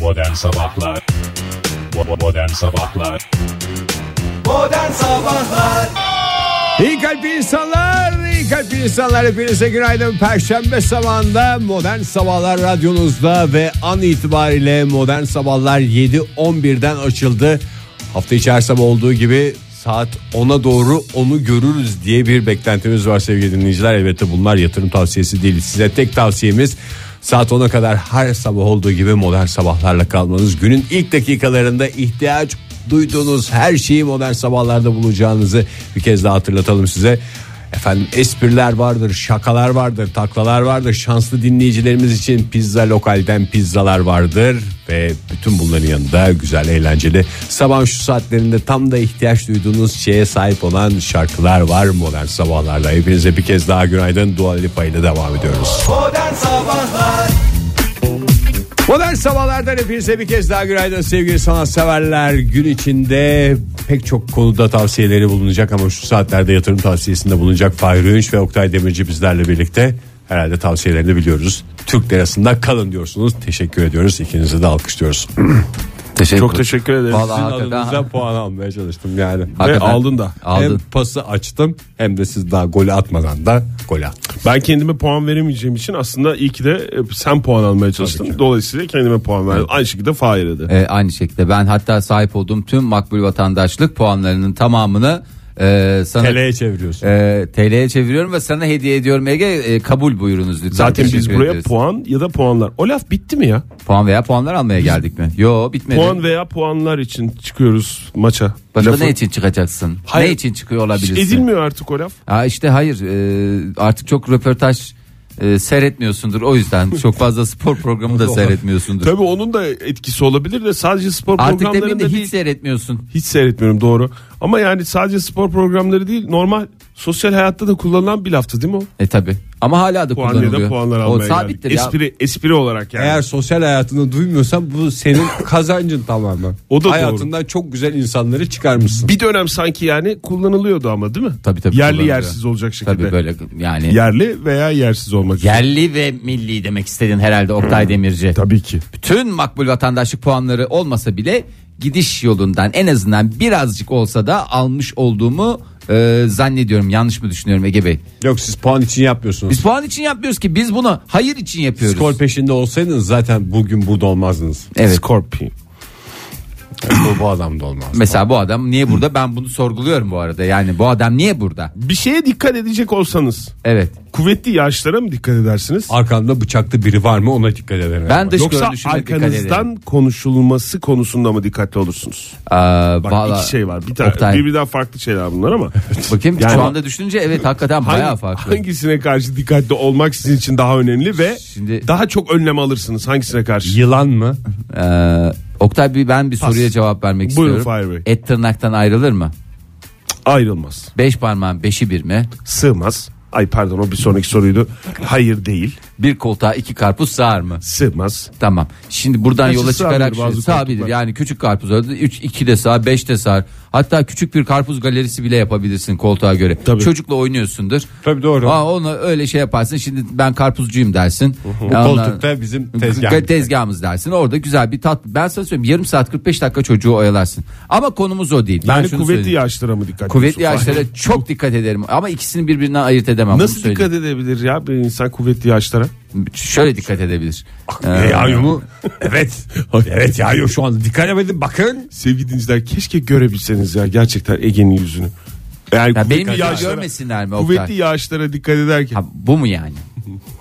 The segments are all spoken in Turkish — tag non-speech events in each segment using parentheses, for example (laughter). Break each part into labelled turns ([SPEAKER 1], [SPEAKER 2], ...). [SPEAKER 1] Modern Sabahlar Bo- Modern Sabahlar
[SPEAKER 2] Modern Sabahlar
[SPEAKER 3] İyi kalp insanlar, iyi kalp insanlar hepinize günaydın. Perşembe sabahında Modern Sabahlar radyonuzda ve an itibariyle Modern Sabahlar 7.11'den açıldı. Hafta içi her sabah olduğu gibi saat 10'a doğru onu görürüz diye bir beklentimiz var sevgili dinleyiciler. Elbette bunlar yatırım tavsiyesi değil. Size tek tavsiyemiz Saat 10'a kadar her sabah olduğu gibi modern sabahlarla kalmanız. Günün ilk dakikalarında ihtiyaç duyduğunuz her şeyi modern sabahlarda bulacağınızı bir kez daha hatırlatalım size. Efendim espriler vardır, şakalar vardır, taklalar vardır. Şanslı dinleyicilerimiz için pizza lokalden pizzalar vardır. Ve bütün bunların yanında güzel, eğlenceli. Sabah şu saatlerinde tam da ihtiyaç duyduğunuz şeye sahip olan şarkılar var modern sabahlarla. Hepinize bir kez daha günaydın. Dua Lipa ile devam ediyoruz.
[SPEAKER 2] Modern Sabahlar
[SPEAKER 3] Modern sabahlardan hepinize bir kez daha günaydın sevgili sanatseverler. Gün içinde pek çok konuda tavsiyeleri bulunacak ama şu saatlerde yatırım tavsiyesinde bulunacak Fahri Öğünç ve Oktay Demirci bizlerle birlikte. Herhalde tavsiyelerini biliyoruz. Türk lirasında kalın diyorsunuz. Teşekkür ediyoruz. İkinizi de alkışlıyoruz.
[SPEAKER 4] Teşekkür
[SPEAKER 5] Çok teşekkür ederim.
[SPEAKER 4] Vallahi
[SPEAKER 5] Sizin
[SPEAKER 4] hakikaten-
[SPEAKER 5] adınıza
[SPEAKER 3] Size puan almaya çalıştım yani.
[SPEAKER 5] Ve
[SPEAKER 4] Hakikaten.
[SPEAKER 5] aldın da.
[SPEAKER 4] Aldın.
[SPEAKER 3] Hem pası açtım hem de siz daha golü atmadan da gol attım.
[SPEAKER 5] Ben kendime puan veremeyeceğim için aslında iyi ki de e, sen puan almaya çalıştın. Dolayısıyla kendime puan verdim. Aynı şekilde Fahir'e de.
[SPEAKER 4] Ee, aynı şekilde ben hatta sahip olduğum tüm makbul vatandaşlık puanlarının tamamını e, sana
[SPEAKER 3] Tele'ye çeviriyorsun.
[SPEAKER 4] e, TL'ye çeviriyorum ve sana hediye ediyorum Ege E, kabul buyurunuz lütfen.
[SPEAKER 5] Zaten biz
[SPEAKER 4] Teşekkür
[SPEAKER 5] buraya
[SPEAKER 4] ederiz.
[SPEAKER 5] puan ya da puanlar. O laf bitti mi ya?
[SPEAKER 4] puan veya puanlar almaya geldik mi? Yo bitmedi.
[SPEAKER 5] Puan veya puanlar için çıkıyoruz maça.
[SPEAKER 4] Başka
[SPEAKER 5] Lafı-
[SPEAKER 4] ne için çıkacaksın?
[SPEAKER 5] Hayır.
[SPEAKER 4] Ne için çıkıyor
[SPEAKER 5] Hiç
[SPEAKER 4] olabilirsin?
[SPEAKER 5] Edilmiyor artık o laf.
[SPEAKER 4] Ha işte hayır e, artık çok röportaj e, seyretmiyorsundur o yüzden çok fazla spor programı
[SPEAKER 5] (laughs)
[SPEAKER 4] da seyretmiyorsundur.
[SPEAKER 5] Tabii onun da etkisi olabilir de sadece spor
[SPEAKER 4] Artık demeyeyim
[SPEAKER 5] programlarında
[SPEAKER 4] de hiç
[SPEAKER 5] değil.
[SPEAKER 4] seyretmiyorsun.
[SPEAKER 5] Hiç seyretmiyorum doğru. Ama yani sadece spor programları değil normal sosyal hayatta da kullanılan bir laftı değil mi o?
[SPEAKER 4] E tabi. Ama hala da
[SPEAKER 5] Puan ya
[SPEAKER 4] kullanılıyor.
[SPEAKER 5] da puanlar
[SPEAKER 4] o
[SPEAKER 5] almaya
[SPEAKER 4] sabittir
[SPEAKER 5] geldik.
[SPEAKER 4] ya.
[SPEAKER 5] Espri, espri olarak yani.
[SPEAKER 3] Eğer sosyal hayatını duymuyorsan bu senin kazancın tamamen.
[SPEAKER 5] O da doğru.
[SPEAKER 3] Hayatından çok güzel insanları çıkarmışsın.
[SPEAKER 5] Bir dönem sanki yani kullanılıyordu ama değil mi?
[SPEAKER 4] Tabii, tabii,
[SPEAKER 5] Yerli
[SPEAKER 4] kullanılıyor.
[SPEAKER 5] yersiz olacak şekilde.
[SPEAKER 4] Tabii böyle yani.
[SPEAKER 5] Yerli veya yersiz olmak üzere.
[SPEAKER 4] Yerli ve milli demek istedin herhalde Oktay Demirci.
[SPEAKER 5] Hmm. Tabii ki.
[SPEAKER 4] Bütün makbul vatandaşlık puanları olmasa bile gidiş yolundan en azından birazcık olsa da almış olduğumu e, zannediyorum. Yanlış mı düşünüyorum Ege Bey?
[SPEAKER 3] Yok siz puan için yapmıyorsunuz.
[SPEAKER 4] Biz puan için yapmıyoruz ki biz bunu hayır için yapıyoruz.
[SPEAKER 3] Skor peşinde olsaydınız zaten bugün burada olmazdınız.
[SPEAKER 4] Evet.
[SPEAKER 5] Scorpion.
[SPEAKER 3] bu, bu adam da olmaz.
[SPEAKER 4] Mesela bu adam niye burada? Ben bunu sorguluyorum bu arada. Yani bu adam niye burada?
[SPEAKER 5] Bir şeye dikkat edecek olsanız
[SPEAKER 4] Evet.
[SPEAKER 5] kuvvetli yaşlara mı dikkat edersiniz?
[SPEAKER 3] Arkanda bıçaklı biri var mı ona dikkat ederim.
[SPEAKER 4] Ben dış
[SPEAKER 5] Yoksa
[SPEAKER 4] görünüşüme dikkat ederim.
[SPEAKER 5] arkanızdan konuşulması konusunda mı dikkatli olursunuz?
[SPEAKER 4] Aa,
[SPEAKER 5] Bak
[SPEAKER 4] valla-
[SPEAKER 5] iki şey var. Bir tane
[SPEAKER 4] Oktay.
[SPEAKER 5] birbirinden farklı şeyler bunlar ama.
[SPEAKER 4] (laughs) Bakayım
[SPEAKER 5] Yani-
[SPEAKER 4] şu anda düşününce evet hakikaten
[SPEAKER 5] Hangi-
[SPEAKER 4] bayağı farklı.
[SPEAKER 5] Hangisine karşı dikkatli olmak sizin için daha önemli ve
[SPEAKER 4] Şimdi-
[SPEAKER 5] daha çok önlem alırsınız hangisine karşı?
[SPEAKER 3] Yılan mı?
[SPEAKER 4] Ee, Oktay bir ben bir soruya cevap vermek
[SPEAKER 5] Buyurun
[SPEAKER 4] istiyorum.
[SPEAKER 5] Fahir
[SPEAKER 4] Et tırnaktan ayrılır mı?
[SPEAKER 5] Ayrılmaz.
[SPEAKER 4] Beş parmağın beşi bir mi?
[SPEAKER 5] Sığmaz. Ay pardon o bir sonraki soruydu. Hayır değil.
[SPEAKER 4] Bir koltuğa iki karpuz sığar mı?
[SPEAKER 5] Sığmaz.
[SPEAKER 4] Tamam. Şimdi buradan
[SPEAKER 5] Gerçi
[SPEAKER 4] yola
[SPEAKER 5] sığabilir
[SPEAKER 4] çıkarak şu-
[SPEAKER 5] bazı
[SPEAKER 4] sığabilir.
[SPEAKER 5] koltuklar.
[SPEAKER 4] Yani küçük karpuz öyle üç iki de sığar, beş de sığar. Hatta küçük bir karpuz galerisi bile yapabilirsin koltuğa göre.
[SPEAKER 5] Tabii.
[SPEAKER 4] Çocukla oynuyorsundur.
[SPEAKER 3] Tabii doğru.
[SPEAKER 4] Aa, ona öyle şey yaparsın. Şimdi ben karpuzcuyum dersin.
[SPEAKER 3] Bu
[SPEAKER 4] Ya ondan-
[SPEAKER 3] koltukta bizim tezgah.
[SPEAKER 4] tezgahımız dersin. Orada güzel bir tat. Ben sana söyleyeyim yarım saat 45 dakika çocuğu oyalarsın. Ama konumuz o değil. Ben
[SPEAKER 5] Yani
[SPEAKER 4] şunu
[SPEAKER 5] kuvvetli
[SPEAKER 4] söyleyeyim.
[SPEAKER 5] yaşlara mı dikkat
[SPEAKER 4] Kuvvetli
[SPEAKER 5] ediyorsun?
[SPEAKER 4] yaşlara çok dikkat ederim ama ikisini birbirinden ayırt edemem. Bunu
[SPEAKER 5] Nasıl
[SPEAKER 4] söyleyeyim.
[SPEAKER 5] dikkat edebilir ya bir insan kuvvetli yaşlara?
[SPEAKER 4] Şöyle dikkat
[SPEAKER 5] (laughs)
[SPEAKER 4] edebilir.
[SPEAKER 3] E, yayu mu? evet. Evet yayu şu anda dikkat edin bakın.
[SPEAKER 5] Sevgili dinleyiciler keşke görebilseniz ya gerçekten Ege'nin yüzünü. Yani
[SPEAKER 4] Ya
[SPEAKER 5] kuvvetli
[SPEAKER 4] benim yüzümü
[SPEAKER 5] yaşlara-
[SPEAKER 4] görmesinler mi Oktay?
[SPEAKER 5] Kuvvetli yaşlara dikkat ederken
[SPEAKER 4] Ha, bu mu yani?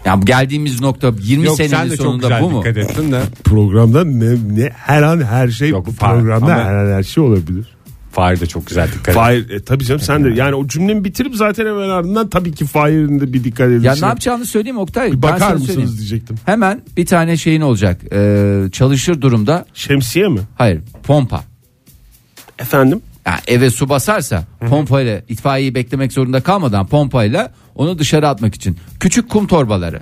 [SPEAKER 4] Ya bu geldiğimiz nokta 20
[SPEAKER 3] Yok sen
[SPEAKER 4] senenin
[SPEAKER 3] de çok
[SPEAKER 4] sonunda
[SPEAKER 3] güzel
[SPEAKER 4] bu mu?
[SPEAKER 3] dikkat ettin de.
[SPEAKER 5] programda ne, ne her an her şey
[SPEAKER 3] Yok,
[SPEAKER 5] bu
[SPEAKER 3] Fahir,
[SPEAKER 5] programda
[SPEAKER 3] ama-
[SPEAKER 5] her an her şey olabilir.
[SPEAKER 3] Fahir de çok güzel dikkat etti.
[SPEAKER 5] Fahir e, tabii canım sen de yani o cümlemi bitirip zaten hemen ardından tabii ki Fahir'in de bir dikkat edilsin.
[SPEAKER 4] Ya ne yapacağını söyleyeyim Oktay.
[SPEAKER 5] Bir
[SPEAKER 4] Ben sana
[SPEAKER 5] bakar mısınız
[SPEAKER 4] söyleyeyim.
[SPEAKER 5] diyecektim.
[SPEAKER 4] Hemen bir tane şeyin olacak. Ee, çalışır durumda.
[SPEAKER 5] Şemsiye mi?
[SPEAKER 4] Hayır pompa.
[SPEAKER 5] Efendim?
[SPEAKER 4] Ya eve su basarsa pompayla itfaiyeyi beklemek zorunda kalmadan pompayla onu dışarı atmak için küçük kum torbaları.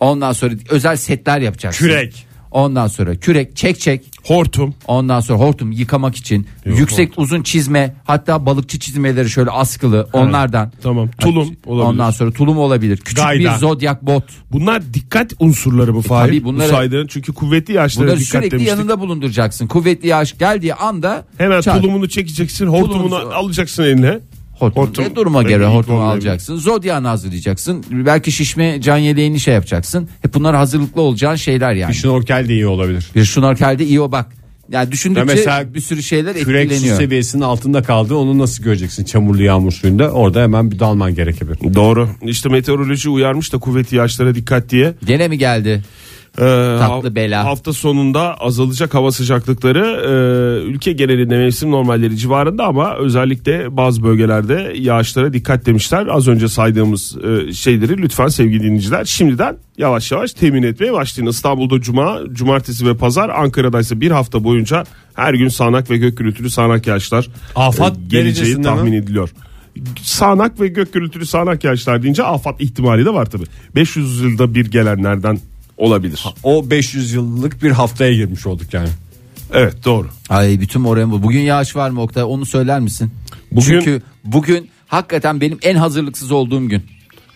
[SPEAKER 4] Ondan sonra özel setler yapacaksın.
[SPEAKER 3] Kürek.
[SPEAKER 4] Ondan sonra kürek, çek çek.
[SPEAKER 5] Hortum.
[SPEAKER 4] Ondan sonra hortum yıkamak için yüksek uzun çizme hatta balıkçı çizmeleri şöyle askılı onlardan.
[SPEAKER 5] Tamam, tulum olabilir.
[SPEAKER 4] Ondan sonra tulum olabilir. Küçük
[SPEAKER 5] Gayda.
[SPEAKER 4] bir zodyak bot.
[SPEAKER 5] Bunlar dikkat unsurları mı Fahir?
[SPEAKER 4] E, tabii bunları-
[SPEAKER 5] Bu saydığın çünkü kuvvetli yaşlara
[SPEAKER 4] Bunları
[SPEAKER 5] dikkat
[SPEAKER 4] sürekli
[SPEAKER 5] demiştik.
[SPEAKER 4] yanında bulunduracaksın. Kuvvetli yağış geldiği anda
[SPEAKER 5] Hemen
[SPEAKER 4] çağır.
[SPEAKER 5] tulumunu çekeceksin, hortumunu
[SPEAKER 4] Tulumunuzu-
[SPEAKER 5] alacaksın eline.
[SPEAKER 4] Hortum.
[SPEAKER 5] Hortum.
[SPEAKER 4] E, duruma
[SPEAKER 5] Belki
[SPEAKER 4] göre
[SPEAKER 5] ilk
[SPEAKER 4] hortumu
[SPEAKER 5] olmayabilir.
[SPEAKER 4] alacaksın. Zodyağını hazırlayacaksın. Belki şişme can yeleğini şey yapacaksın. Hep bunlar hazırlıklı olacağın şeyler yani. Bir,
[SPEAKER 3] Şnorkel de iyi olabilir.
[SPEAKER 4] şnorkelde iyi o bak. Yani düşündükçe
[SPEAKER 3] Ya mesela
[SPEAKER 4] bir sürü şeyler
[SPEAKER 3] Kürek su
[SPEAKER 4] etkileniyor.
[SPEAKER 3] seviyesinin altında kaldı. Onu nasıl göreceksin çamurlu yağmur suyunda? Orada hemen bir dalman gerekebilir.
[SPEAKER 5] Doğru. İşte meteoroloji uyarmış da kuvvetli yaşlara dikkat diye.
[SPEAKER 4] Gene mi geldi?
[SPEAKER 5] Ee,
[SPEAKER 4] Tatlı
[SPEAKER 5] ha-
[SPEAKER 4] bela.
[SPEAKER 5] Hafta sonunda azalacak hava sıcaklıkları e, ülke genelinde mevsim normalleri civarında ama özellikle bazı bölgelerde yağışlara dikkat demişler. Az önce saydığımız e, şeyleri lütfen sevgili dinleyiciler şimdiden yavaş yavaş temin etmeye başlayın. İstanbul'da cuma, cumartesi ve pazar, Ankara'da ise bir hafta boyunca her gün sağanak ve gök gürültülü sağanak yağışlar
[SPEAKER 3] Afat
[SPEAKER 5] E, geleceği
[SPEAKER 3] derecesinde
[SPEAKER 5] tahmin
[SPEAKER 3] mi?
[SPEAKER 5] ediliyor. Sağanak ve gök gürültülü sağanak yağışlar deyince afat ihtimali de var tabi. 500 yılda bir gelenlerden olabilir.
[SPEAKER 3] O 500 yıllık bir haftaya girmiş olduk yani.
[SPEAKER 5] Evet doğru.
[SPEAKER 4] Ay bütün moralim bu. Bugün yağış var mı Oktay? Onu söyler misin?
[SPEAKER 5] Bugün-
[SPEAKER 4] Çünkü bugün hakikaten benim en hazırlıksız olduğum gün.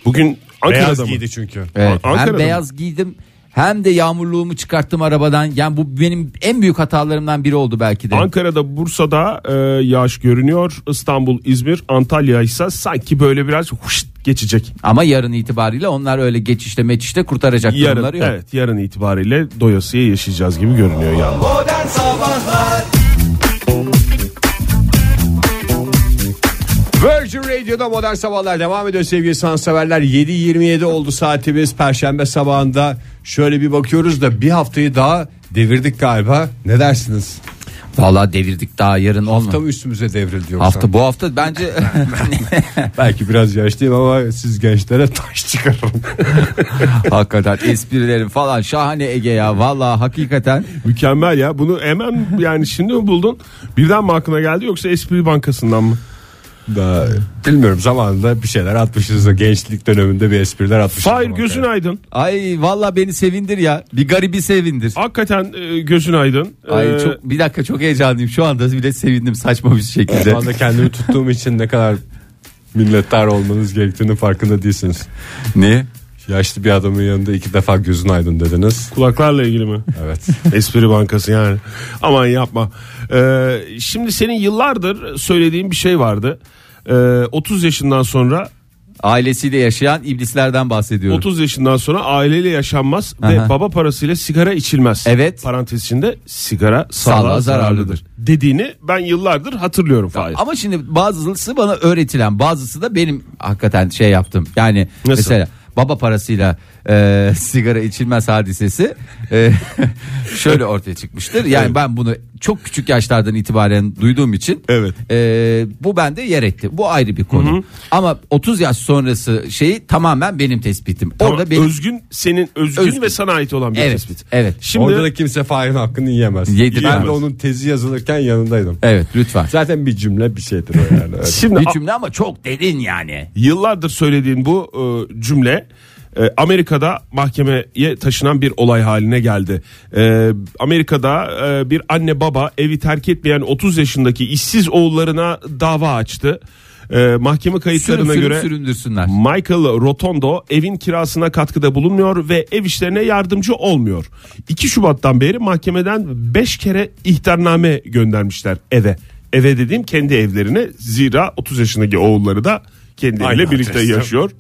[SPEAKER 5] Bugün Ankara'da
[SPEAKER 3] Beyaz
[SPEAKER 5] mı?
[SPEAKER 3] giydi çünkü.
[SPEAKER 4] Evet.
[SPEAKER 5] An- Ankara'da
[SPEAKER 4] hem
[SPEAKER 5] mı?
[SPEAKER 4] beyaz giydim hem de yağmurluğumu çıkarttım arabadan. Yani bu benim en büyük hatalarımdan biri oldu belki de.
[SPEAKER 5] Ankara'da, Bursa'da e, yağış görünüyor. İstanbul, İzmir, Antalya ise sanki böyle biraz huşt geçecek.
[SPEAKER 4] Ama yarın itibariyle onlar öyle geçişte meçişte kurtaracak
[SPEAKER 5] Yarın,
[SPEAKER 4] durumları yok.
[SPEAKER 5] evet, yarın itibariyle doyasıya yaşayacağız gibi görünüyor yani.
[SPEAKER 2] Modern Sabahlar
[SPEAKER 3] Virgin Radio'da modern sabahlar devam ediyor sevgili sanatseverler. 7.27 oldu saatimiz. Perşembe sabahında şöyle bir bakıyoruz da bir haftayı daha devirdik galiba. Ne dersiniz?
[SPEAKER 4] Vallahi devirdik daha yarın olmaz.
[SPEAKER 3] Tam üstümüze devrildi yoksa.
[SPEAKER 4] (laughs) Hafta bu hafta bence
[SPEAKER 3] Belki biraz yaşlıyım ama siz gençlere taş çıkarırım.
[SPEAKER 4] hakikaten esprilerim falan şahane Ege ya. Vallahi hakikaten
[SPEAKER 5] Mükemmel ya. Bunu hemen yani şimdi mi buldun? Birden mi aklına geldi yoksa espri bankasından mı?
[SPEAKER 3] Daha, bilmiyorum zamanında bir şeyler atmışız da gençlik döneminde bir espriler atmışız.
[SPEAKER 5] Fahir
[SPEAKER 3] Ama
[SPEAKER 5] gözün aydın.
[SPEAKER 4] ay vallahi beni sevindir ya. Bir garibi sevindir.
[SPEAKER 5] Hakikaten e, gözün aydın.
[SPEAKER 4] Ay
[SPEAKER 5] E,
[SPEAKER 4] çok bir dakika çok heyecanlıyım. Şu anda bile sevindim saçma bir şekilde.
[SPEAKER 3] Şu anda kendimi tuttuğum için ne kadar minnettar olmanız gerektiğini farkında değilsiniz.
[SPEAKER 4] ne?
[SPEAKER 3] Yaşlı bir adamın yanında iki defa gözün aydın dediniz.
[SPEAKER 5] Kulaklarla ilgili mi?
[SPEAKER 3] Evet.
[SPEAKER 5] (laughs) Espri bankası yani. Aman yapma. Ee, şimdi senin yıllardır söylediğin bir şey vardı. Ee, 30 yaşından sonra
[SPEAKER 4] Ailesiyle yaşayan iblislerden bahsediyorum.
[SPEAKER 5] 30 yaşından sonra aileyle yaşanmaz ve
[SPEAKER 4] Aha.
[SPEAKER 5] baba parasıyla sigara içilmez.
[SPEAKER 4] Evet.
[SPEAKER 5] Parantez içinde sigara sağlığa,
[SPEAKER 4] Sağlığa zararlıdır.
[SPEAKER 5] zararlıdır. Dediğini ben yıllardır hatırlıyorum Fahir.
[SPEAKER 4] Ama şimdi bazısı bana öğretilen bazısı da benim hakikaten şey yaptım. Yani
[SPEAKER 5] Nasıl?
[SPEAKER 4] mesela baba parasıyla e, (laughs) sigara içilmez hadisesi e, (laughs) şöyle ortaya çıkmıştır. Yani ben bunu çok küçük yaşlardan itibaren duyduğum için
[SPEAKER 5] Evet.
[SPEAKER 4] e, bu bende yer etti. Bu ayrı bir konu. Ama 30 yaş sonrası şeyi tamamen benim tespitim.
[SPEAKER 5] Tamam,
[SPEAKER 4] Orada benim
[SPEAKER 5] özgün senin özgün,
[SPEAKER 4] Özgün.
[SPEAKER 5] ve sana ait olan bir
[SPEAKER 4] Evet,
[SPEAKER 5] tespit.
[SPEAKER 4] evet.
[SPEAKER 5] Şimdi
[SPEAKER 3] Orada da kimse Fahir'in hakkını yiyemez.
[SPEAKER 4] Yedirmez.
[SPEAKER 3] Ben de onun tezi yazılırken yanındaydım.
[SPEAKER 4] Evet lütfen.
[SPEAKER 3] Zaten bir cümle bir şeydir o yani. Evet. (laughs)
[SPEAKER 5] şimdi
[SPEAKER 4] Bir cümle ama çok derin yani.
[SPEAKER 5] Yıllardır söylediğin bu e, cümle e, Amerika'da mahkemeye taşınan bir olay haline geldi. E, Amerika'da e, bir anne baba evi terk etmeyen 30 yaşındaki işsiz oğullarına dava açtı. E, mahkeme
[SPEAKER 4] Sürüm,
[SPEAKER 5] kayıtlarına
[SPEAKER 4] sürüm
[SPEAKER 5] göre
[SPEAKER 4] süründürsünler.
[SPEAKER 5] Michael Rotondo evin kirasına katkıda bulunmuyor ve ev işlerine yardımcı olmuyor. 2 Şubat'tan beri mahkemeden 5 kere ihtarname göndermişler eve. Eve dediğim kendi evlerine zira 30 yaşındaki oğulları da kendi
[SPEAKER 3] Aynı
[SPEAKER 5] eviyle birlikte
[SPEAKER 3] adreste.
[SPEAKER 5] yaşıyor.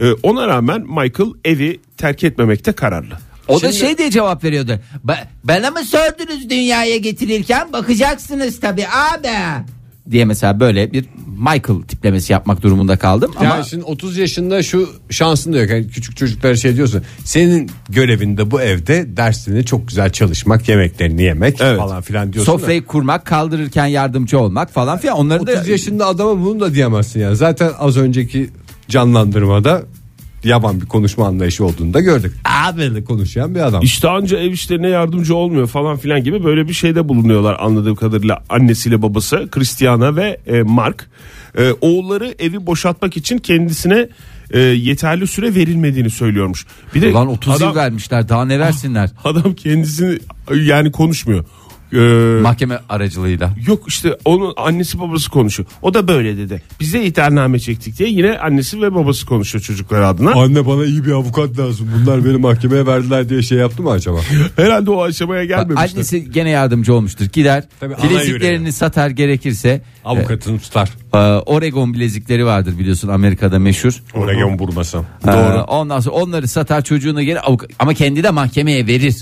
[SPEAKER 5] Ee, ona rağmen Michael evi terk etmemekte kararlı.
[SPEAKER 4] O da şey diye cevap veriyordu. Ba- bana mı sordunuz dünyaya getirirken bakacaksınız tabi abi. Diye mesela böyle bir Michael tiplemesi yapmak durumunda kaldım.
[SPEAKER 3] Yani
[SPEAKER 4] Ama
[SPEAKER 3] şimdi 30 yaşında şu şansın da yok. Yani küçük çocuklara şey diyorsun. Senin görevinde bu evde dersini çok güzel çalışmak, yemeklerini yemek
[SPEAKER 5] Evet.
[SPEAKER 3] falan filan diyorsun. da.
[SPEAKER 4] sofrayı kurmak kaldırırken yardımcı olmak falan filan onları da
[SPEAKER 3] 30 yaşında adama bunu da diyemezsin yani. Zaten az önceki canlandırmada yaban bir konuşma anlayışı olduğunu da gördük. Abiyle konuşan bir adam.
[SPEAKER 5] İşte anca ev işlerine yardımcı olmuyor falan filan gibi böyle bir şeyde bulunuyorlar anladığım kadarıyla annesiyle babası Christiana ve e, Mark. E, oğulları evi boşaltmak için kendisine e, yeterli süre verilmediğini söylüyormuş. Bir de
[SPEAKER 4] Ulan 30
[SPEAKER 5] adam,
[SPEAKER 4] yıl vermişler daha ne versinler
[SPEAKER 3] Ah.
[SPEAKER 5] adam kendisini yani konuşmuyor. Ee,
[SPEAKER 4] mahkeme aracılığıyla.
[SPEAKER 5] Yok işte onun annesi babası konuşuyor. O da böyle dedi. Biz de ithername çektik diye yine annesi ve babası konuşuyor çocuklar adına.
[SPEAKER 3] Anne bana iyi bir avukat lazım. Bunlar beni mahkemeye verdiler diye şey yaptı mı acaba?
[SPEAKER 5] Herhalde o aşamaya gelmemişler.
[SPEAKER 4] Annesi gene yardımcı olmuştur. Gider
[SPEAKER 3] Tabii ana
[SPEAKER 4] bileziklerini satar gerekirse.
[SPEAKER 3] Avukatını tutar.
[SPEAKER 4] e, e, Oregon bilezikleri vardır biliyorsun Amerika'da meşhur.
[SPEAKER 3] Oregon vurmasam.
[SPEAKER 4] Ee, ondan sonra onları satar çocuğuna geri avukat ama kendi de mahkemeye verir.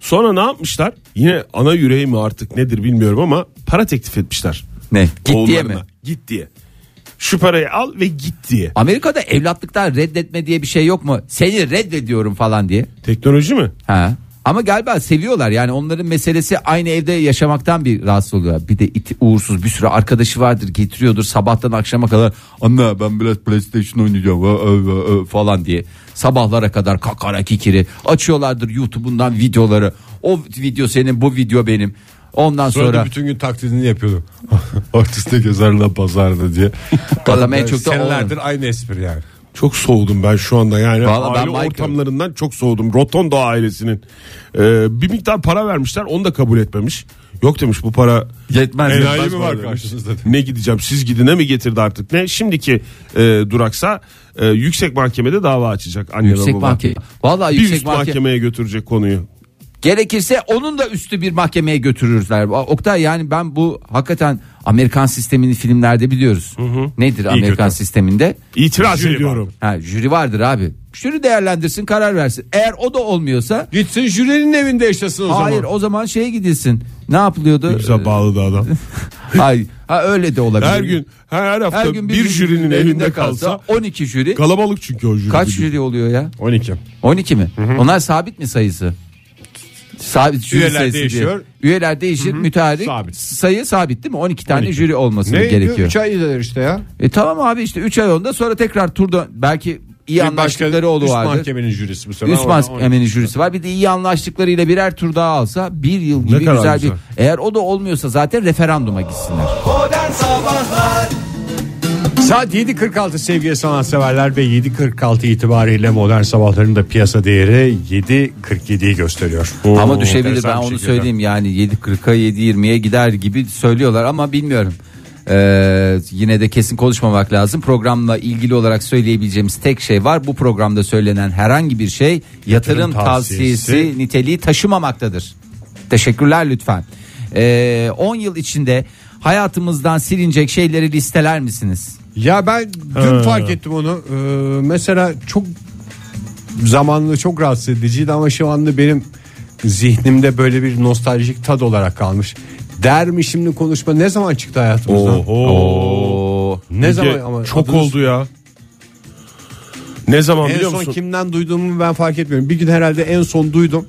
[SPEAKER 5] Sonra ne yapmışlar? Yine ana yüreği mi artık nedir bilmiyorum ama para teklif etmişler.
[SPEAKER 4] Ne? Git diye mi?
[SPEAKER 5] Oğullarına. Git diye. Şu parayı al ve git diye.
[SPEAKER 4] Amerika'da evlatlıktan reddetme diye bir şey yok mu? Seni reddediyorum falan diye.
[SPEAKER 5] Teknoloji mi?
[SPEAKER 4] Ha. Ama galiba seviyorlar yani onların meselesi aynı evde yaşamaktan bir rahatsız oluyor. Bir de iti uğursuz bir sürü arkadaşı vardır getiriyordur sabahtan akşama kadar anne ben biraz PlayStation oynayacağım ö, ö, ö, ö," falan diye. Sabahlara kadar kakara kikiri açıyorlardır YouTube'undan videoları. O video senin bu video benim. Ondan
[SPEAKER 3] Sonra,
[SPEAKER 4] sonra
[SPEAKER 3] da bütün gün taklidini yapıyordu. (laughs) Artiste gezerler pazarda diye.
[SPEAKER 4] Adam (laughs) en çok da o-
[SPEAKER 3] Senelerdir aynı espri yani.
[SPEAKER 5] Çok soğudum ben şu anda yani
[SPEAKER 4] Vallahi ben
[SPEAKER 5] aile
[SPEAKER 4] Michael.
[SPEAKER 5] ortamlarından çok soğudum. Rotondo ailesinin Ee, bir miktar para vermişler onu da kabul etmemiş. Yok demiş bu para
[SPEAKER 4] Yetmez.
[SPEAKER 5] Enayi
[SPEAKER 3] Yetmez
[SPEAKER 5] mi
[SPEAKER 3] bana
[SPEAKER 5] var
[SPEAKER 3] demiş.
[SPEAKER 5] karşınızda? Ne gideceğim siz gidine mi getirdi artık ne? Şimdiki e, duraksa e, yüksek mahkemede dava açacak anne
[SPEAKER 4] Yüksek
[SPEAKER 5] baba.
[SPEAKER 4] mahkeme. Vallahi
[SPEAKER 5] Bir
[SPEAKER 4] yüksek
[SPEAKER 5] üst
[SPEAKER 4] mahkeme.
[SPEAKER 5] mahkemeye götürecek konuyu.
[SPEAKER 4] Gerekirse onun da üstü bir mahkemeye götürürler. Oktay yani ben bu hakikaten Amerikan sistemini filmlerde biliyoruz. Nedir Amerikan
[SPEAKER 5] kötü.
[SPEAKER 4] sisteminde?
[SPEAKER 5] İtiraz
[SPEAKER 3] Jüri
[SPEAKER 5] ediyorum.
[SPEAKER 4] Ha, jüri vardır abi. Jüri değerlendirsin karar versin. Eğer o da olmuyorsa
[SPEAKER 3] Gitsin jürinin evinde yaşasın o
[SPEAKER 4] hayır
[SPEAKER 3] zaman.
[SPEAKER 4] o zaman şeye gidilsin. Ne yapılıyordu? Ee,
[SPEAKER 5] Güzel bağladı adam.
[SPEAKER 4] Hayır. Ha, öyle de olabilir.
[SPEAKER 5] Her gün her hafta
[SPEAKER 4] Her
[SPEAKER 5] bir, jürinin elinde kalsa,
[SPEAKER 4] 12 jüri.
[SPEAKER 5] kalabalık çünkü o jüri.
[SPEAKER 4] Kaç
[SPEAKER 5] Bir gün.
[SPEAKER 4] jüri oluyor ya?
[SPEAKER 3] 12.
[SPEAKER 4] 12 mi? Onlar sabit mi sayısı? Sabit jüri
[SPEAKER 3] Üyeler
[SPEAKER 4] sayısı diye.
[SPEAKER 3] değişiyor.
[SPEAKER 4] Üyeler değişir, müteahhit
[SPEAKER 3] Sabit.
[SPEAKER 4] sayı sabit değil mi? 12 tane jüri olması
[SPEAKER 6] Ne
[SPEAKER 4] gerekiyor.
[SPEAKER 6] gerekiyor? 3 ay gider işte ya.
[SPEAKER 4] E tamam abi işte 3 ay onda sonra tekrar turda belki iyi anlaştıkları oğlu
[SPEAKER 3] üst
[SPEAKER 4] vardır.
[SPEAKER 3] mahkemenin jürisi bu sefer.
[SPEAKER 4] Üst
[SPEAKER 3] Orada
[SPEAKER 4] mahkemenin jürisi var. Bir de iyi anlaştıklarıyla birer tur daha alsa bir yıl gibi
[SPEAKER 5] kadar
[SPEAKER 4] güzel,
[SPEAKER 5] güzel.
[SPEAKER 4] bir. Eğer o da olmuyorsa zaten referanduma gitsinler.
[SPEAKER 2] Modern Sabahlar
[SPEAKER 3] Saat 7.46 sevgili sanatseverler ve 7.46 itibariyle modern sabahların da piyasa değeri 7.47'yi gösteriyor.
[SPEAKER 4] ama düşebilir
[SPEAKER 3] enteresan
[SPEAKER 4] ben
[SPEAKER 3] bir
[SPEAKER 4] onu
[SPEAKER 3] şekilde.
[SPEAKER 4] söyleyeyim yani 7.40'a 7.20'ye gider gibi söylüyorlar ama bilmiyorum. Ee, yine de kesin konuşmamak lazım. Programla ilgili olarak söyleyebileceğimiz tek şey var. Bu programda söylenen herhangi bir şey yatırım,
[SPEAKER 3] Yatırım
[SPEAKER 4] tavsiyesi,
[SPEAKER 3] tavsiyesi
[SPEAKER 4] niteliği taşımamaktadır. Teşekkürler lütfen. Ee, 10 yıl içinde hayatımızdan silinecek şeyleri listeler misiniz?
[SPEAKER 3] Ya ben dün fark ettim onu. Ee, mesela çok zamanlı çok rahatsız ediciydi ama şu anda benim zihnimde böyle bir nostaljik tad olarak kalmış. Dermişimli konuşma ne zaman çıktı hayatımızdan?
[SPEAKER 4] Oo.
[SPEAKER 3] Ne zaman
[SPEAKER 5] Ege,
[SPEAKER 3] ama
[SPEAKER 5] çok
[SPEAKER 3] adını-
[SPEAKER 5] oldu ya. Ne zaman
[SPEAKER 3] En
[SPEAKER 5] biliyor
[SPEAKER 3] son
[SPEAKER 5] musun?
[SPEAKER 3] kimden duyduğumu ben fark etmiyorum. Bir gün herhalde en son duydum.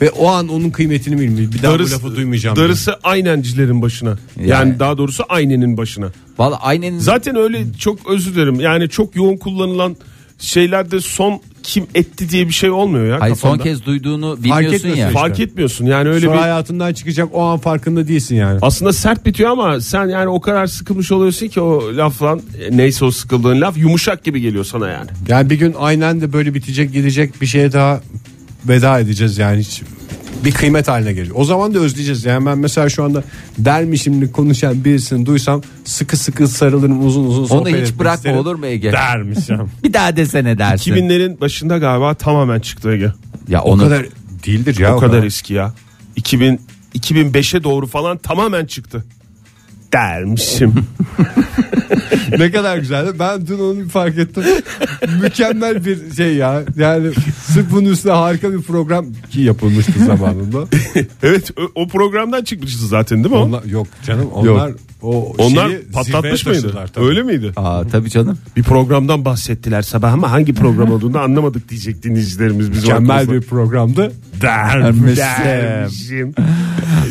[SPEAKER 3] Ve o an onun kıymetini bilmiyorum. Bir daha bu lafı duymayacağım.
[SPEAKER 5] Darısı aynencilerin başına. Yani,
[SPEAKER 4] Yani.
[SPEAKER 5] daha doğrusu aynenin başına.
[SPEAKER 4] Vallahi aynen
[SPEAKER 5] Zaten öyle çok özür dilerim. Yani çok yoğun kullanılan şeylerde son kim etti diye bir şey olmuyor ya
[SPEAKER 4] Hayır, son
[SPEAKER 5] kafanda.
[SPEAKER 4] kez duyduğunu bilmiyorsun ya.
[SPEAKER 3] etmiyorsun.
[SPEAKER 5] Fark
[SPEAKER 3] işte.
[SPEAKER 5] etmiyorsun. Yani öyle
[SPEAKER 3] Sonra
[SPEAKER 5] bir
[SPEAKER 3] hayatından çıkacak o an farkında değilsin yani.
[SPEAKER 5] aslında sert bitiyor ama sen yani o kadar sıkılmış oluyorsun ki o lafla neyse o sıkıldığın laf yumuşak gibi geliyor
[SPEAKER 3] (laughs)
[SPEAKER 5] sana yani.
[SPEAKER 3] Yani bir gün aynen de böyle bitecek gidecek bir şeye daha veda edeceğiz yani hiç bir kıymet haline geliyor. O zaman da özleyeceğiz. Yani ben mesela şu anda dermişimli konuşan birisini duysam sıkı sıkı sarılırım uzun uzun
[SPEAKER 4] Onu
[SPEAKER 3] sohbet
[SPEAKER 4] hiç
[SPEAKER 3] etmek
[SPEAKER 4] bırakma
[SPEAKER 3] isterim.
[SPEAKER 4] olur mu Ege?
[SPEAKER 3] Dermişim.
[SPEAKER 4] Bir daha desene dersin.
[SPEAKER 5] 2000'lerin başında galiba tamamen çıktı Ege.
[SPEAKER 4] Ya
[SPEAKER 3] o
[SPEAKER 4] onu
[SPEAKER 3] kadar değildir ya.
[SPEAKER 5] o
[SPEAKER 3] (laughs)
[SPEAKER 5] kadar eski ya. 2000 2005'e doğru falan tamamen çıktı.
[SPEAKER 3] (laughs)
[SPEAKER 5] Dermişim.
[SPEAKER 3] ne kadar güzeldi. Ben dün onu fark ettim. Mükemmel bir şey ya. Yani sırf bunun üstüne harika bir program ki yapılmıştı
[SPEAKER 5] (laughs)
[SPEAKER 3] zamanında.
[SPEAKER 5] evet o, o programdan çıkmıştı zaten değil mi? o?
[SPEAKER 3] Onlar, yok canım onlar o
[SPEAKER 5] Onlar
[SPEAKER 3] şeyi
[SPEAKER 5] patlatmış
[SPEAKER 3] zirveye
[SPEAKER 5] mıydı?
[SPEAKER 3] taşıdılar tabii.
[SPEAKER 5] Öyle miydi?
[SPEAKER 4] Aa, tabii canım.
[SPEAKER 5] Bir programdan bahsettiler sabah ama hangi program olduğunu anlamadık diyecek dinleyicilerimiz biz.
[SPEAKER 3] Mükemmel bir programdı.
[SPEAKER 5] dermişim.
[SPEAKER 4] Dermişim.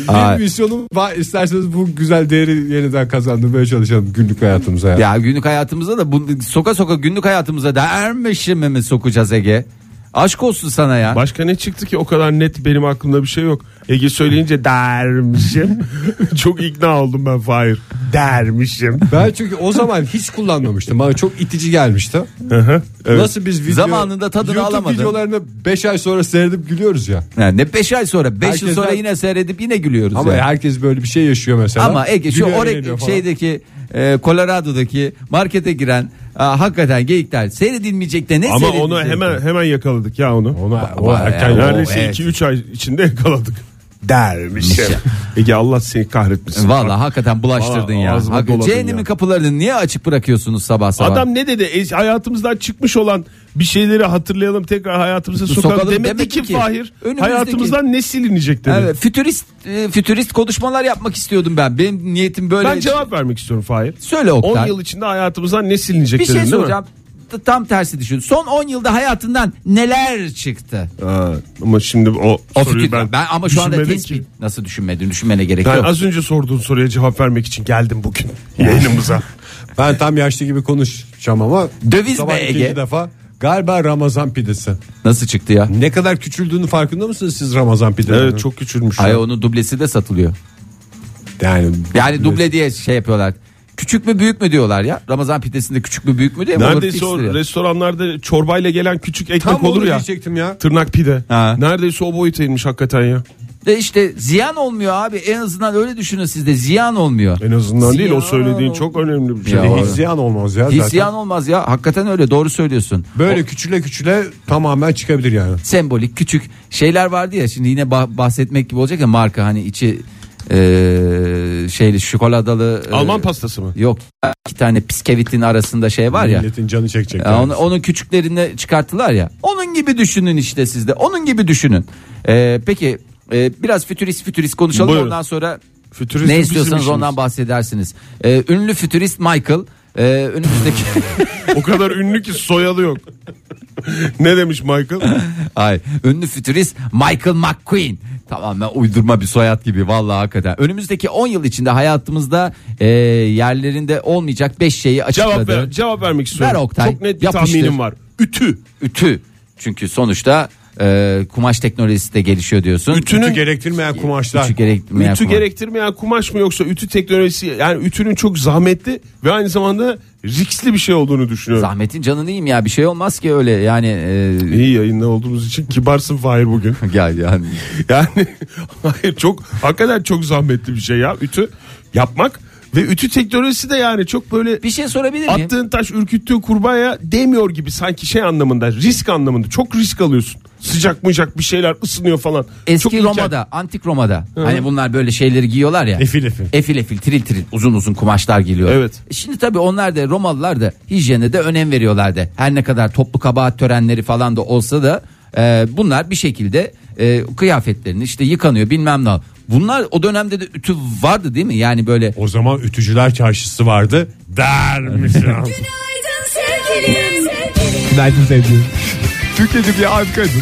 [SPEAKER 3] Benim misyonum var. İsterseniz bu güzel değeri yeniden kazandırmaya çalışalım günlük hayatımıza. Ya.
[SPEAKER 4] Ya günlük hayatımıza da bu, soka soka günlük hayatımıza da ermişimi mi sokacağız Ege? Aşk olsun sana ya.
[SPEAKER 5] Başka ne çıktı ki o kadar net benim (laughs) aklımda bir şey yok. Ege söyleyince dermişim. Çok ikna oldum ben Fahir. dermişim.
[SPEAKER 3] Ben çünkü o zaman hiç kullanmamıştım. Bana çok itici gelmişti. Nasıl biz video,
[SPEAKER 4] Zamanında tadını
[SPEAKER 3] YouTube
[SPEAKER 4] alamadın.
[SPEAKER 3] videolarını 5 ay sonra seyredip gülüyoruz ya.
[SPEAKER 4] Yani ne 5 ay sonra 5 yıl
[SPEAKER 3] Herkesten-
[SPEAKER 4] sonra yine seyredip yine gülüyoruz.
[SPEAKER 3] Ama
[SPEAKER 4] yani.
[SPEAKER 3] herkes böyle bir şey yaşıyor mesela.
[SPEAKER 4] Ama Ege şu
[SPEAKER 3] Gülüyor,
[SPEAKER 4] oraya
[SPEAKER 3] eğleniyor falan.
[SPEAKER 4] şeydeki e, Colorado'daki markete giren e, hakikaten geyikler seyredilmeyecek de ne
[SPEAKER 5] Ama
[SPEAKER 4] seyredilmeyecek
[SPEAKER 5] onu
[SPEAKER 4] de?
[SPEAKER 5] hemen hemen yakaladık ya onu. Ona,
[SPEAKER 4] o erken- o,
[SPEAKER 5] neredeyse
[SPEAKER 4] evet.
[SPEAKER 5] 2-3 ay içinde yakaladık. Dermişim. Ege Allah seni kahretmesin.
[SPEAKER 4] Vallahi hakikaten bulaştırdın
[SPEAKER 5] Vallahi
[SPEAKER 4] ya.
[SPEAKER 5] ağzıma
[SPEAKER 4] Hakikaten
[SPEAKER 5] doladın
[SPEAKER 4] Cehennemin
[SPEAKER 5] ya.
[SPEAKER 4] kapılarını niye açık bırakıyorsunuz sabah sabah?
[SPEAKER 5] Adam ne dedi? E, hayatımızdan çıkmış olan bir şeyleri hatırlayalım tekrar hayatımıza sokalım,
[SPEAKER 4] Sokalım
[SPEAKER 5] demedi,
[SPEAKER 4] demedi
[SPEAKER 5] ki,
[SPEAKER 4] ki.
[SPEAKER 5] Fahir.
[SPEAKER 4] Önümüzdeki-
[SPEAKER 5] Hayatımızdan ne silinecek dedi.
[SPEAKER 4] Evet, fütürist e, fütürist konuşmalar yapmak istiyordum ben. Benim niyetim böyle.
[SPEAKER 5] Ben cevap vermek istiyorum Fahir.
[SPEAKER 4] Söyle
[SPEAKER 5] 10
[SPEAKER 4] Oktay.
[SPEAKER 5] yıl içinde hayatımızdan ne silinecek
[SPEAKER 4] Bir
[SPEAKER 5] dedin
[SPEAKER 4] şey
[SPEAKER 5] değil mi?
[SPEAKER 4] soracağım. T- Tam tersi düşün. Son 10 yılda hayatından neler çıktı?
[SPEAKER 5] Ha, ama şimdi o,
[SPEAKER 4] O
[SPEAKER 5] soruyu
[SPEAKER 4] fikir- ben,
[SPEAKER 5] ben,
[SPEAKER 4] ama şu anda
[SPEAKER 5] düşünmedim
[SPEAKER 4] tespit
[SPEAKER 5] ki.
[SPEAKER 4] nasıl düşünmedin? Düşünmene gerek
[SPEAKER 5] Ben
[SPEAKER 4] yok.
[SPEAKER 5] az önce sorduğun soruya cevap vermek için
[SPEAKER 4] (laughs)
[SPEAKER 5] geldim bugün yayınımıza.
[SPEAKER 3] Ben tam yaşlı gibi konuşacağım ama.
[SPEAKER 4] Döviz
[SPEAKER 3] Sabah
[SPEAKER 4] mi
[SPEAKER 3] ikinci
[SPEAKER 4] Ege?
[SPEAKER 3] defa galiba Ramazan pidesi.
[SPEAKER 4] Nasıl çıktı ya?
[SPEAKER 3] Ne kadar küçüldüğünü farkında mısınız siz Ramazan pidesi?
[SPEAKER 5] evet çok küçülmüş.
[SPEAKER 4] Ay onun dublesi de satılıyor.
[SPEAKER 3] Yani
[SPEAKER 4] Yani duble diye şey yapıyorlar. Küçük mü büyük mü diyorlar ya. Ramazan pidesinde küçük mü büyük mü diye. bunu
[SPEAKER 5] Neredeyse o
[SPEAKER 4] fixliyor.
[SPEAKER 5] restoranlarda çorbayla gelen küçük ekmek
[SPEAKER 3] tam
[SPEAKER 5] olur ya.
[SPEAKER 3] diyecektim ya.
[SPEAKER 5] Tırnak pide.
[SPEAKER 4] Ha.
[SPEAKER 5] Neredeyse o boyuta inmiş hakikaten ya.
[SPEAKER 4] Ve E işte ziyan olmuyor abi. En azından öyle düşünün siz de ziyan olmuyor.
[SPEAKER 5] En azından değil o
[SPEAKER 4] Ziyan
[SPEAKER 5] söylediğin
[SPEAKER 4] ol-
[SPEAKER 5] çok önemli bir şey.
[SPEAKER 4] Ya
[SPEAKER 3] Hiç
[SPEAKER 4] Doğru.
[SPEAKER 3] ziyan olmaz ya
[SPEAKER 4] Hiç
[SPEAKER 3] zaten.
[SPEAKER 4] ziyan olmaz ya. Hakikaten öyle doğru söylüyorsun.
[SPEAKER 3] Böyle küçüle küçüle tamamen çıkabilir yani.
[SPEAKER 4] sembolik küçük şeyler vardı ya şimdi yine bah- bahsetmek gibi olacak ya marka hani içi e, şeyli şokoladalı e,
[SPEAKER 5] Alman pastası mı?
[SPEAKER 4] yok iki tane piskevitin arasında şey var ya
[SPEAKER 3] Milletin canı çekecek.
[SPEAKER 4] e,
[SPEAKER 3] yani.
[SPEAKER 4] onu, onun küçüklerini çıkarttılar ya onun gibi düşünün işte sizde onun gibi düşünün E, peki e, biraz fütürist fütürist konuşalım
[SPEAKER 5] Buyurun.
[SPEAKER 4] ondan sonra
[SPEAKER 5] Fütürist
[SPEAKER 4] ne
[SPEAKER 5] bizim
[SPEAKER 4] istiyorsanız
[SPEAKER 5] işimiz.
[SPEAKER 4] ondan bahsedersiniz E, ünlü fütürist Michael e, önümüzdeki
[SPEAKER 5] (laughs) o kadar ünlü ki soyadı yok. ne demiş Michael?
[SPEAKER 4] Ay, ünlü fütürist Michael McQueen. Tamamen uydurma bir soyad gibi vallahi hakikaten. Önümüzdeki 10 yıl içinde hayatımızda e, yerlerinde olmayacak 5 şeyi
[SPEAKER 5] Cevap
[SPEAKER 4] açıkladı.
[SPEAKER 5] ver, cevap vermek istiyorum.
[SPEAKER 4] Ver Oktay,
[SPEAKER 5] Çok net bir
[SPEAKER 4] yapıştır.
[SPEAKER 5] tahminim var. Ütü.
[SPEAKER 4] Ütü. Çünkü sonuçta e, kumaş teknolojisi de gelişiyor diyorsun.
[SPEAKER 3] Ütü gerektirmeyen kumaşlar.
[SPEAKER 4] Ütü gerektirmeyen
[SPEAKER 5] Ütü
[SPEAKER 4] kumaş.
[SPEAKER 5] gerektirmeyen kumaş mı yoksa ütü teknolojisi yani ütünün çok zahmetli ve aynı zamanda riskli bir şey olduğunu düşünüyorum.
[SPEAKER 4] Zahmetin canını yiyeyim ya bir şey olmaz ki öyle yani. e,
[SPEAKER 5] İyi yayında olduğumuz için kibarsın Fahir bugün.
[SPEAKER 4] (laughs)
[SPEAKER 5] (laughs)
[SPEAKER 4] gel yani.
[SPEAKER 5] Yani hayır çok hakikaten çok zahmetli bir şey ya ütü yapmak ve ütü teknolojisi de yani çok böyle
[SPEAKER 4] Bir şey sorabilir miyim?
[SPEAKER 5] attığın taş ürküttüğün kurbağaya değmiyor gibi sanki şey anlamında risk anlamında çok risk alıyorsun. Sıcak mıcak bir şeyler ısınıyor falan. çok
[SPEAKER 4] Eski
[SPEAKER 5] ilkel.
[SPEAKER 4] Roma'da, antik Roma'da hani bunlar böyle şeyleri giyiyorlar ya.
[SPEAKER 3] Efil efil.
[SPEAKER 4] Efil efil, tril tril uzun uzun kumaşlar geliyor.
[SPEAKER 5] Evet.
[SPEAKER 4] Şimdi tabii onlar da Romalılar da hijyene de önem veriyorlardı. Her ne kadar toplu kabahat törenleri falan da olsa da e, bunlar bir şekilde e, kıyafetlerini işte yıkanıyor bilmem ne. Bunlar o dönemde de ütü vardı değil mi? Yani böyle
[SPEAKER 3] O zaman ütücüler çarşısı vardı. Dermiş
[SPEAKER 4] (laughs)
[SPEAKER 3] ya.
[SPEAKER 6] Günaydın sevgilim. sevgilim.
[SPEAKER 3] Günaydın sevgilim. Türkçe bir harikaydın.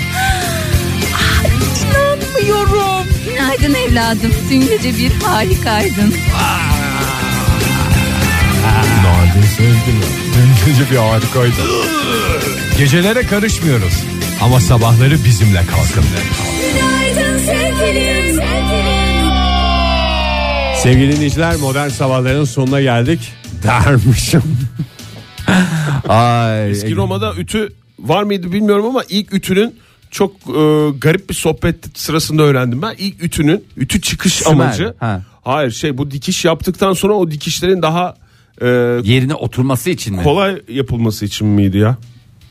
[SPEAKER 6] İnanmıyorum. Günaydın evladım. Dün gece bir harikaydın.
[SPEAKER 3] Günaydın sevgilim. Türkçe bir harikaydın. Gecelere karışmıyoruz. Ama sabahları bizimle kalkın.
[SPEAKER 6] Günaydın sevgilim. sevgilim.
[SPEAKER 3] Sevgili dinleyiciler modern sabahların sonuna geldik. Dermişim.
[SPEAKER 4] (laughs) ay
[SPEAKER 5] Eski Roma'da ütü var mıydı bilmiyorum ama ilk ütünün çok e, garip bir sohbet sırasında öğrendim ben. İlk ütünün ütü çıkış
[SPEAKER 4] Sümer,
[SPEAKER 5] amacı.
[SPEAKER 4] ha.
[SPEAKER 5] Hayır şey bu dikiş yaptıktan sonra o dikişlerin daha e,
[SPEAKER 4] yerine oturması için mi?
[SPEAKER 5] kolay yapılması için miydi ya?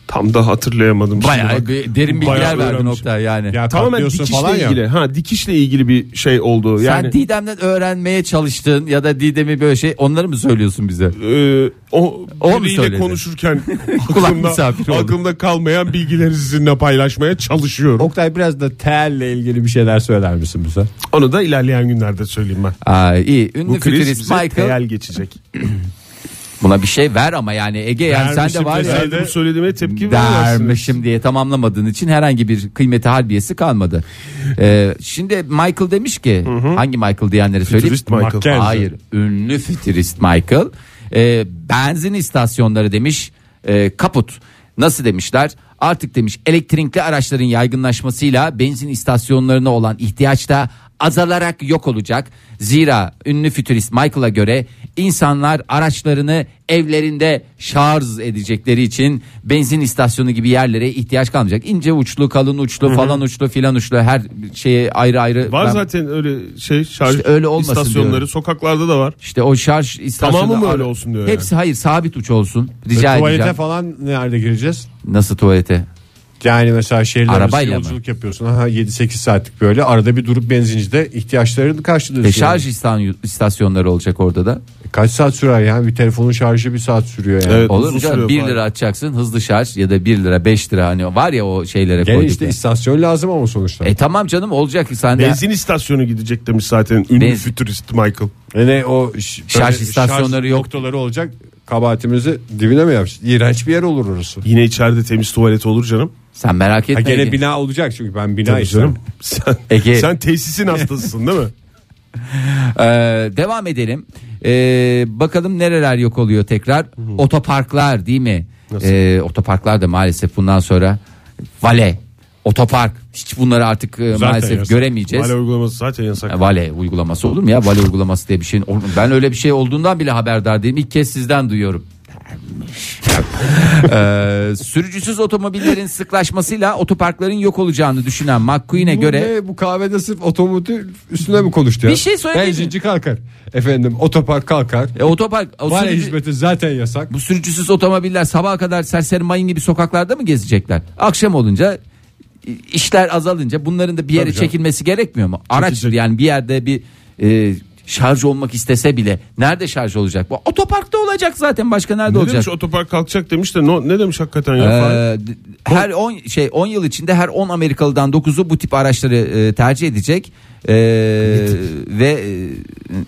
[SPEAKER 5] Tam da hatırlayamadım. şimdi
[SPEAKER 4] Bayağı
[SPEAKER 5] bak.
[SPEAKER 4] bir derin
[SPEAKER 5] Bayağı
[SPEAKER 4] bilgiler verdin
[SPEAKER 5] öğrenmişim.
[SPEAKER 4] nokta yani.
[SPEAKER 3] Ya
[SPEAKER 5] Tamamen
[SPEAKER 3] katlıyorsun
[SPEAKER 5] dikişle
[SPEAKER 3] falan ya.
[SPEAKER 5] ilgili. Ha dikişle ilgili bir şey oldu. Yani
[SPEAKER 4] Sen Didem'den öğrenmeye çalıştın ya da Didem'i böyle şey onları mı söylüyorsun bize?
[SPEAKER 5] e, o,
[SPEAKER 4] O mu
[SPEAKER 5] biriyle
[SPEAKER 4] söyledi?
[SPEAKER 5] konuşurken
[SPEAKER 4] (laughs) Kulak
[SPEAKER 5] aklımda,
[SPEAKER 4] misafiri oldu.
[SPEAKER 5] aklımda kalmayan bilgileri sizinle paylaşmaya çalışıyorum.
[SPEAKER 3] Oktay biraz da telle ilgili bir şeyler söyler misin bize?
[SPEAKER 5] Onu da ilerleyen günlerde söyleyeyim ben.
[SPEAKER 4] Ay iyi ünlü
[SPEAKER 5] Bu kriz
[SPEAKER 4] fütürist
[SPEAKER 5] bize
[SPEAKER 4] Michael
[SPEAKER 5] teyel geçecek.
[SPEAKER 4] buna bir şey ver ama yani Ege yani sen de var ya.
[SPEAKER 5] Sen de bu söylediğime tepki vermezsin.
[SPEAKER 4] dermişim diye tamamlamadığın için herhangi bir kıymeti harbiyesi kalmadı. Ee, şimdi Michael demiş ki hangi Michael diyenleri söyleyeyim.
[SPEAKER 5] Fütürist Michael.
[SPEAKER 3] Mackenzie.
[SPEAKER 4] Hayır ünlü fütürist Michael. Ee, benzin istasyonları demiş e, kaput. Nasıl demişler? Artık demiş elektrikli araçların yaygınlaşmasıyla benzin istasyonlarına olan ihtiyaç da azalarak yok olacak. Zira ünlü fütürist Michael'a göre insanlar araçlarını evlerinde şarj edecekleri için benzin istasyonu gibi yerlere ihtiyaç kalmayacak. İnce uçlu, kalın uçlu, falan uçlu, filan uçlu her şeye ayrı ayrı.
[SPEAKER 5] Var
[SPEAKER 4] Ben-
[SPEAKER 5] zaten öyle şey şarj
[SPEAKER 4] İşte öyle olmasın
[SPEAKER 5] istasyonları
[SPEAKER 4] diyorum.
[SPEAKER 5] sokaklarda da var.
[SPEAKER 4] İşte o şarj istasyonu.
[SPEAKER 5] Tamamı mı öyle olsun diyor yani?
[SPEAKER 4] Hepsi hayır sabit uç olsun. Rica
[SPEAKER 3] E, Tuvalete
[SPEAKER 4] edeceğim.
[SPEAKER 3] falan nerede gireceğiz?
[SPEAKER 4] Nasıl tuvalete? E,
[SPEAKER 3] Yani mesela şehirler arası
[SPEAKER 4] Arabayla mı?
[SPEAKER 3] yolculuk yapıyorsun. Aha 7-8 saatlik böyle arada bir durup benzincide ihtiyaçlarını karşılıyorsun.
[SPEAKER 4] E, şarj istan- istasyonları olacak orada da.
[SPEAKER 3] Kaç saat sürer yani bir telefonun şarjı bir saat sürüyor yani.
[SPEAKER 5] Evet,
[SPEAKER 4] Olur
[SPEAKER 5] uzun
[SPEAKER 4] mu canım?
[SPEAKER 5] sürüyor
[SPEAKER 4] 1
[SPEAKER 5] falan.
[SPEAKER 4] lira atacaksın hızlı şarj ya da 1 lira 5 lira hani var ya o şeylere
[SPEAKER 3] Gene
[SPEAKER 4] koyduk.
[SPEAKER 3] işte
[SPEAKER 4] ya.
[SPEAKER 3] istasyon lazım ama sonuçta.
[SPEAKER 4] E tamam canım olacak sen de
[SPEAKER 5] Benzin istasyonu gidecek demiş zaten ünlü
[SPEAKER 4] Benzin-
[SPEAKER 5] fütürist Michael.
[SPEAKER 3] Yine o ş- böyle
[SPEAKER 4] Şarj istasyonları yok.
[SPEAKER 3] noktaları olacak. Kabahatimizi dibine mi yapacağız? İğrenç bir yer olur orası.
[SPEAKER 5] Yine içeride temiz tuvalet olur canım.
[SPEAKER 4] sen merak
[SPEAKER 3] Ha
[SPEAKER 4] etme.
[SPEAKER 3] gene
[SPEAKER 4] Ege.
[SPEAKER 3] bina olacak çünkü ben bina
[SPEAKER 5] Tabii
[SPEAKER 3] isterim.
[SPEAKER 5] canım. (laughs) Sen,
[SPEAKER 4] Ege.
[SPEAKER 5] sen tesisin hastasısın değil mi?
[SPEAKER 4] Ee, devam edelim. Ee, bakalım nereler yok oluyor tekrar. Otoparklar değil mi? Ee, otoparklar da maalesef bundan sonra vale, otopark hiç bunları artık e, maalesef
[SPEAKER 5] yasak.
[SPEAKER 4] göremeyeceğiz.
[SPEAKER 5] Vale uygulaması zaten yasak.
[SPEAKER 4] E, Vale uygulaması olur mu ya? Vale uygulaması diye bir şeyin. Oğlum Ben öyle bir şey olduğundan bile haberdar değilim. İlk kez sizden duyuyorum. (laughs) Ee, sürücüsüz otomobillerin sıklaşmasıyla otoparkların yok olacağını düşünen McQueen'e
[SPEAKER 3] Bu
[SPEAKER 4] göre
[SPEAKER 3] ne? bu kahvede sırf otomobil üstüne mi konuştu ya?
[SPEAKER 4] Bir şey söyleyebilir miyim?
[SPEAKER 3] Benzinci kalkar. Efendim otopark kalkar.
[SPEAKER 4] E, otopark o
[SPEAKER 3] Var ya
[SPEAKER 4] sürücü-
[SPEAKER 3] hizmeti zaten yasak.
[SPEAKER 4] bu sürücüsüz otomobiller sabaha kadar serseri mayın gibi sokaklarda mı gezecekler? Akşam olunca i- işler azalınca bunların da bir yere çekilmesi gerekmiyor mu? Araç yani bir yerde bir e, şarj olmak istese bile nerede şarj olacak? Bu otoparkta olacak zaten başka nerede
[SPEAKER 5] ne
[SPEAKER 4] olacak?
[SPEAKER 5] demiş otopark kalkacak demiş de no- ne demiş hakikaten ya? Fahir?
[SPEAKER 4] Ee, d- her 10 şey 10 yıl içinde her 10 Amerikalıdan 9'u bu tip araçları e, tercih edecek. Ee, ve e,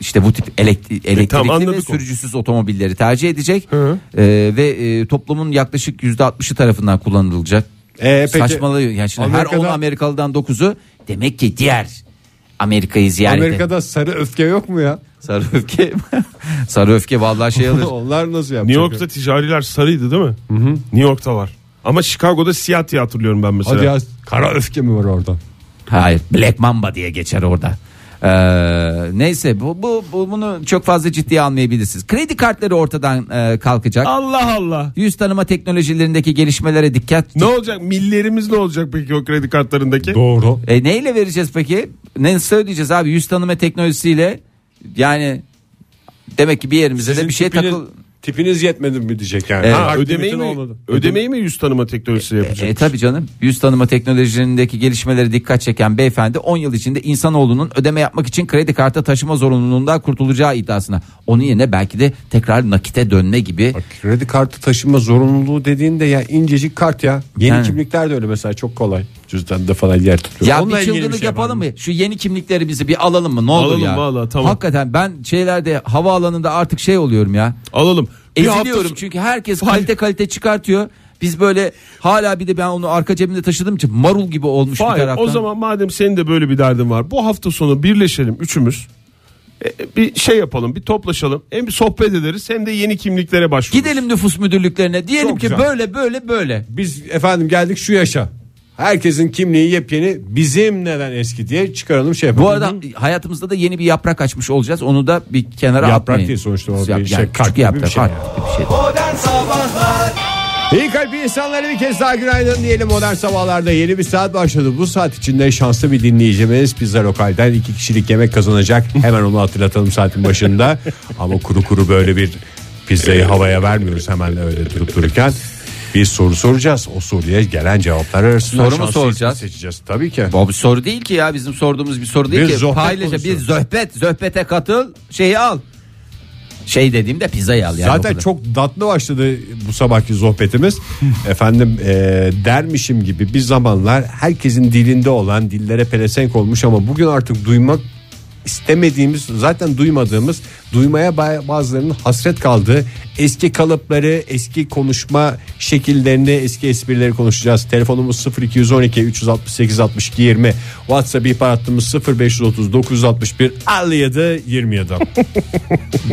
[SPEAKER 4] işte bu tip elektri- elektrikli ve
[SPEAKER 5] anladık onu.
[SPEAKER 4] sürücüsüz otomobilleri tercih edecek. Ee, ve e, toplumun yaklaşık %60'ı tarafından kullanılacak.
[SPEAKER 3] Ee, peki,
[SPEAKER 4] Saçmalıyor. Yani şimdi her 10
[SPEAKER 3] Amerika'da-
[SPEAKER 4] Amerikalıdan 9'u demek ki diğer Amerika'yı ziyaret Amerika'da...
[SPEAKER 3] Amerika'da sarı öfke yok mu ya?
[SPEAKER 4] Sarı öfke. (laughs) Sarı öfke vallahi şey
[SPEAKER 3] (laughs)
[SPEAKER 4] alır.
[SPEAKER 3] Onlar nasıl yapacak?
[SPEAKER 5] New York'ta ticariler sarıydı değil mi? New York'ta var. Ama Chicago'da siyah diye hatırlıyorum ben mesela.
[SPEAKER 3] Hadi ya kara öfke mi var orada?
[SPEAKER 4] Hayır Black Mamba diye geçer orada. Ee, neyse bu, bu, bu- bunu çok fazla ciddiye almayabilirsiniz. Kredi kartları ortadan e, kalkacak.
[SPEAKER 5] Allah Allah.
[SPEAKER 4] Yüz tanıma teknolojilerindeki gelişmelere dikkat.
[SPEAKER 5] Ne olacak? Millerimiz ne olacak peki o kredi kartlarındaki?
[SPEAKER 3] Doğru.
[SPEAKER 4] E, neyle vereceğiz peki? Ne söyleyeceğiz abi yüz tanıma teknolojisiyle? Yani demek ki bir yerimize de bir şey
[SPEAKER 3] tipiniz,
[SPEAKER 4] takıl.
[SPEAKER 3] tipiniz yetmedi mi diyecek yani.
[SPEAKER 4] Evet.
[SPEAKER 5] Ha,
[SPEAKER 3] Aktivitin
[SPEAKER 5] ödemeyi mi,
[SPEAKER 3] olmadı.
[SPEAKER 5] ödemeyi mi yüz tanıma teknolojisi yapacak?
[SPEAKER 4] E tabi canım yüz tanıma teknolojilerindeki gelişmelere dikkat çeken beyefendi 10 yıl içinde insanoğlunun ödeme yapmak için kredi kartı taşıma zorunluluğundan kurtulacağı iddiasına. Onun yerine belki de tekrar nakite dönme gibi
[SPEAKER 3] Bak, kredi kartı taşıma zorunluluğu dediğinde ya incecik kart ya. Yeni
[SPEAKER 4] Ha.
[SPEAKER 3] kimlikler de öyle mesela çok kolay. Cüzdanda falan yer tutuyor.
[SPEAKER 4] Ya
[SPEAKER 3] Onunla
[SPEAKER 4] bir
[SPEAKER 3] ilgili
[SPEAKER 4] çılgınlık
[SPEAKER 3] şey
[SPEAKER 4] yapalım
[SPEAKER 3] var
[SPEAKER 4] mı? Şu yeni kimliklerimizi bir alalım mı? Ne olur
[SPEAKER 5] Alalım
[SPEAKER 4] ya.
[SPEAKER 5] vallahi, tamam.
[SPEAKER 4] Hakikaten ben şeylerde havaalanında artık şey oluyorum ya.
[SPEAKER 5] Alalım. Bir hafta
[SPEAKER 4] Eziliyorum çünkü herkes kalite kalite çıkartıyor. Biz böyle hala bir de ben onu arka cebimde taşıdığım için marul gibi olmuş bir
[SPEAKER 5] Hayır,
[SPEAKER 4] taraftan.
[SPEAKER 5] o zaman madem senin de böyle bir derdin var. Bu hafta sonu birleşelim üçümüz. E, bir şey yapalım, bir toplaşalım. Hem bir sohbet ederiz hem de yeni kimliklere başvururuz.
[SPEAKER 4] Gidelim nüfus müdürlüklerine diyelim
[SPEAKER 5] Çok
[SPEAKER 4] ki
[SPEAKER 5] güzel.
[SPEAKER 4] böyle böyle böyle.
[SPEAKER 3] Biz efendim geldik şu yaşa. Herkesin kimliği yepyeni bizim neden eski diye çıkaralım şey yapalım.
[SPEAKER 4] Bu arada hayatımızda da yeni bir yaprak açmış olacağız. Onu da bir kenara
[SPEAKER 3] Yaprak
[SPEAKER 4] atmayın.
[SPEAKER 3] değil sonuçta o bir
[SPEAKER 4] Yap-
[SPEAKER 3] şey,
[SPEAKER 4] yani
[SPEAKER 3] kart
[SPEAKER 4] küçük
[SPEAKER 3] gibi bir
[SPEAKER 4] yaprak,
[SPEAKER 3] şey
[SPEAKER 4] kart
[SPEAKER 3] yani.
[SPEAKER 4] gibi bir şey.
[SPEAKER 2] Modern Sabahlar
[SPEAKER 3] İyi kalpli insanlara bir kez daha günaydın diyelim modern sabahlarda yeni bir saat başladı. Bu saat içinde şanslı bir dinleyicimiz Pizza Lokal'den iki kişilik yemek kazanacak. Hemen onu hatırlatalım saatin
[SPEAKER 4] (laughs)
[SPEAKER 3] başında. Ama kuru kuru böyle bir pizzayı havaya vermiyoruz hemen öyle durup dururken. Bir soru soracağız. O soruya gelen cevaplar arasında
[SPEAKER 4] Soru mu
[SPEAKER 3] şanslı
[SPEAKER 4] soracağız?
[SPEAKER 3] ismi seçeceğiz. Tabii ki.
[SPEAKER 4] Bu bir soru değil ki ya bizim sorduğumuz bir soru değil
[SPEAKER 3] Bir
[SPEAKER 4] ki.
[SPEAKER 3] zohbet
[SPEAKER 4] Paylaşa
[SPEAKER 3] konusu.
[SPEAKER 4] bir zöhbet, zöhbete katıl, şeyi al. Şey dediğimde pizzayı al yani. o
[SPEAKER 3] Zaten
[SPEAKER 4] kadar.
[SPEAKER 3] çok tatlı başladı bu sabahki
[SPEAKER 4] (laughs)
[SPEAKER 3] sohbetimiz. Efendim e, dermişim gibi bir zamanlar herkesin dilinde olan dillere pelesenk olmuş ama bugün artık duymak istemediğimiz zaten duymadığımız duymaya bay- bazılarının hasret kaldığı eski kalıpları eski konuşma şekillerini eski esprileri konuşacağız. Telefonumuz 0212 368 62 20 WhatsApp ihbar hattımız 0530 961 57 27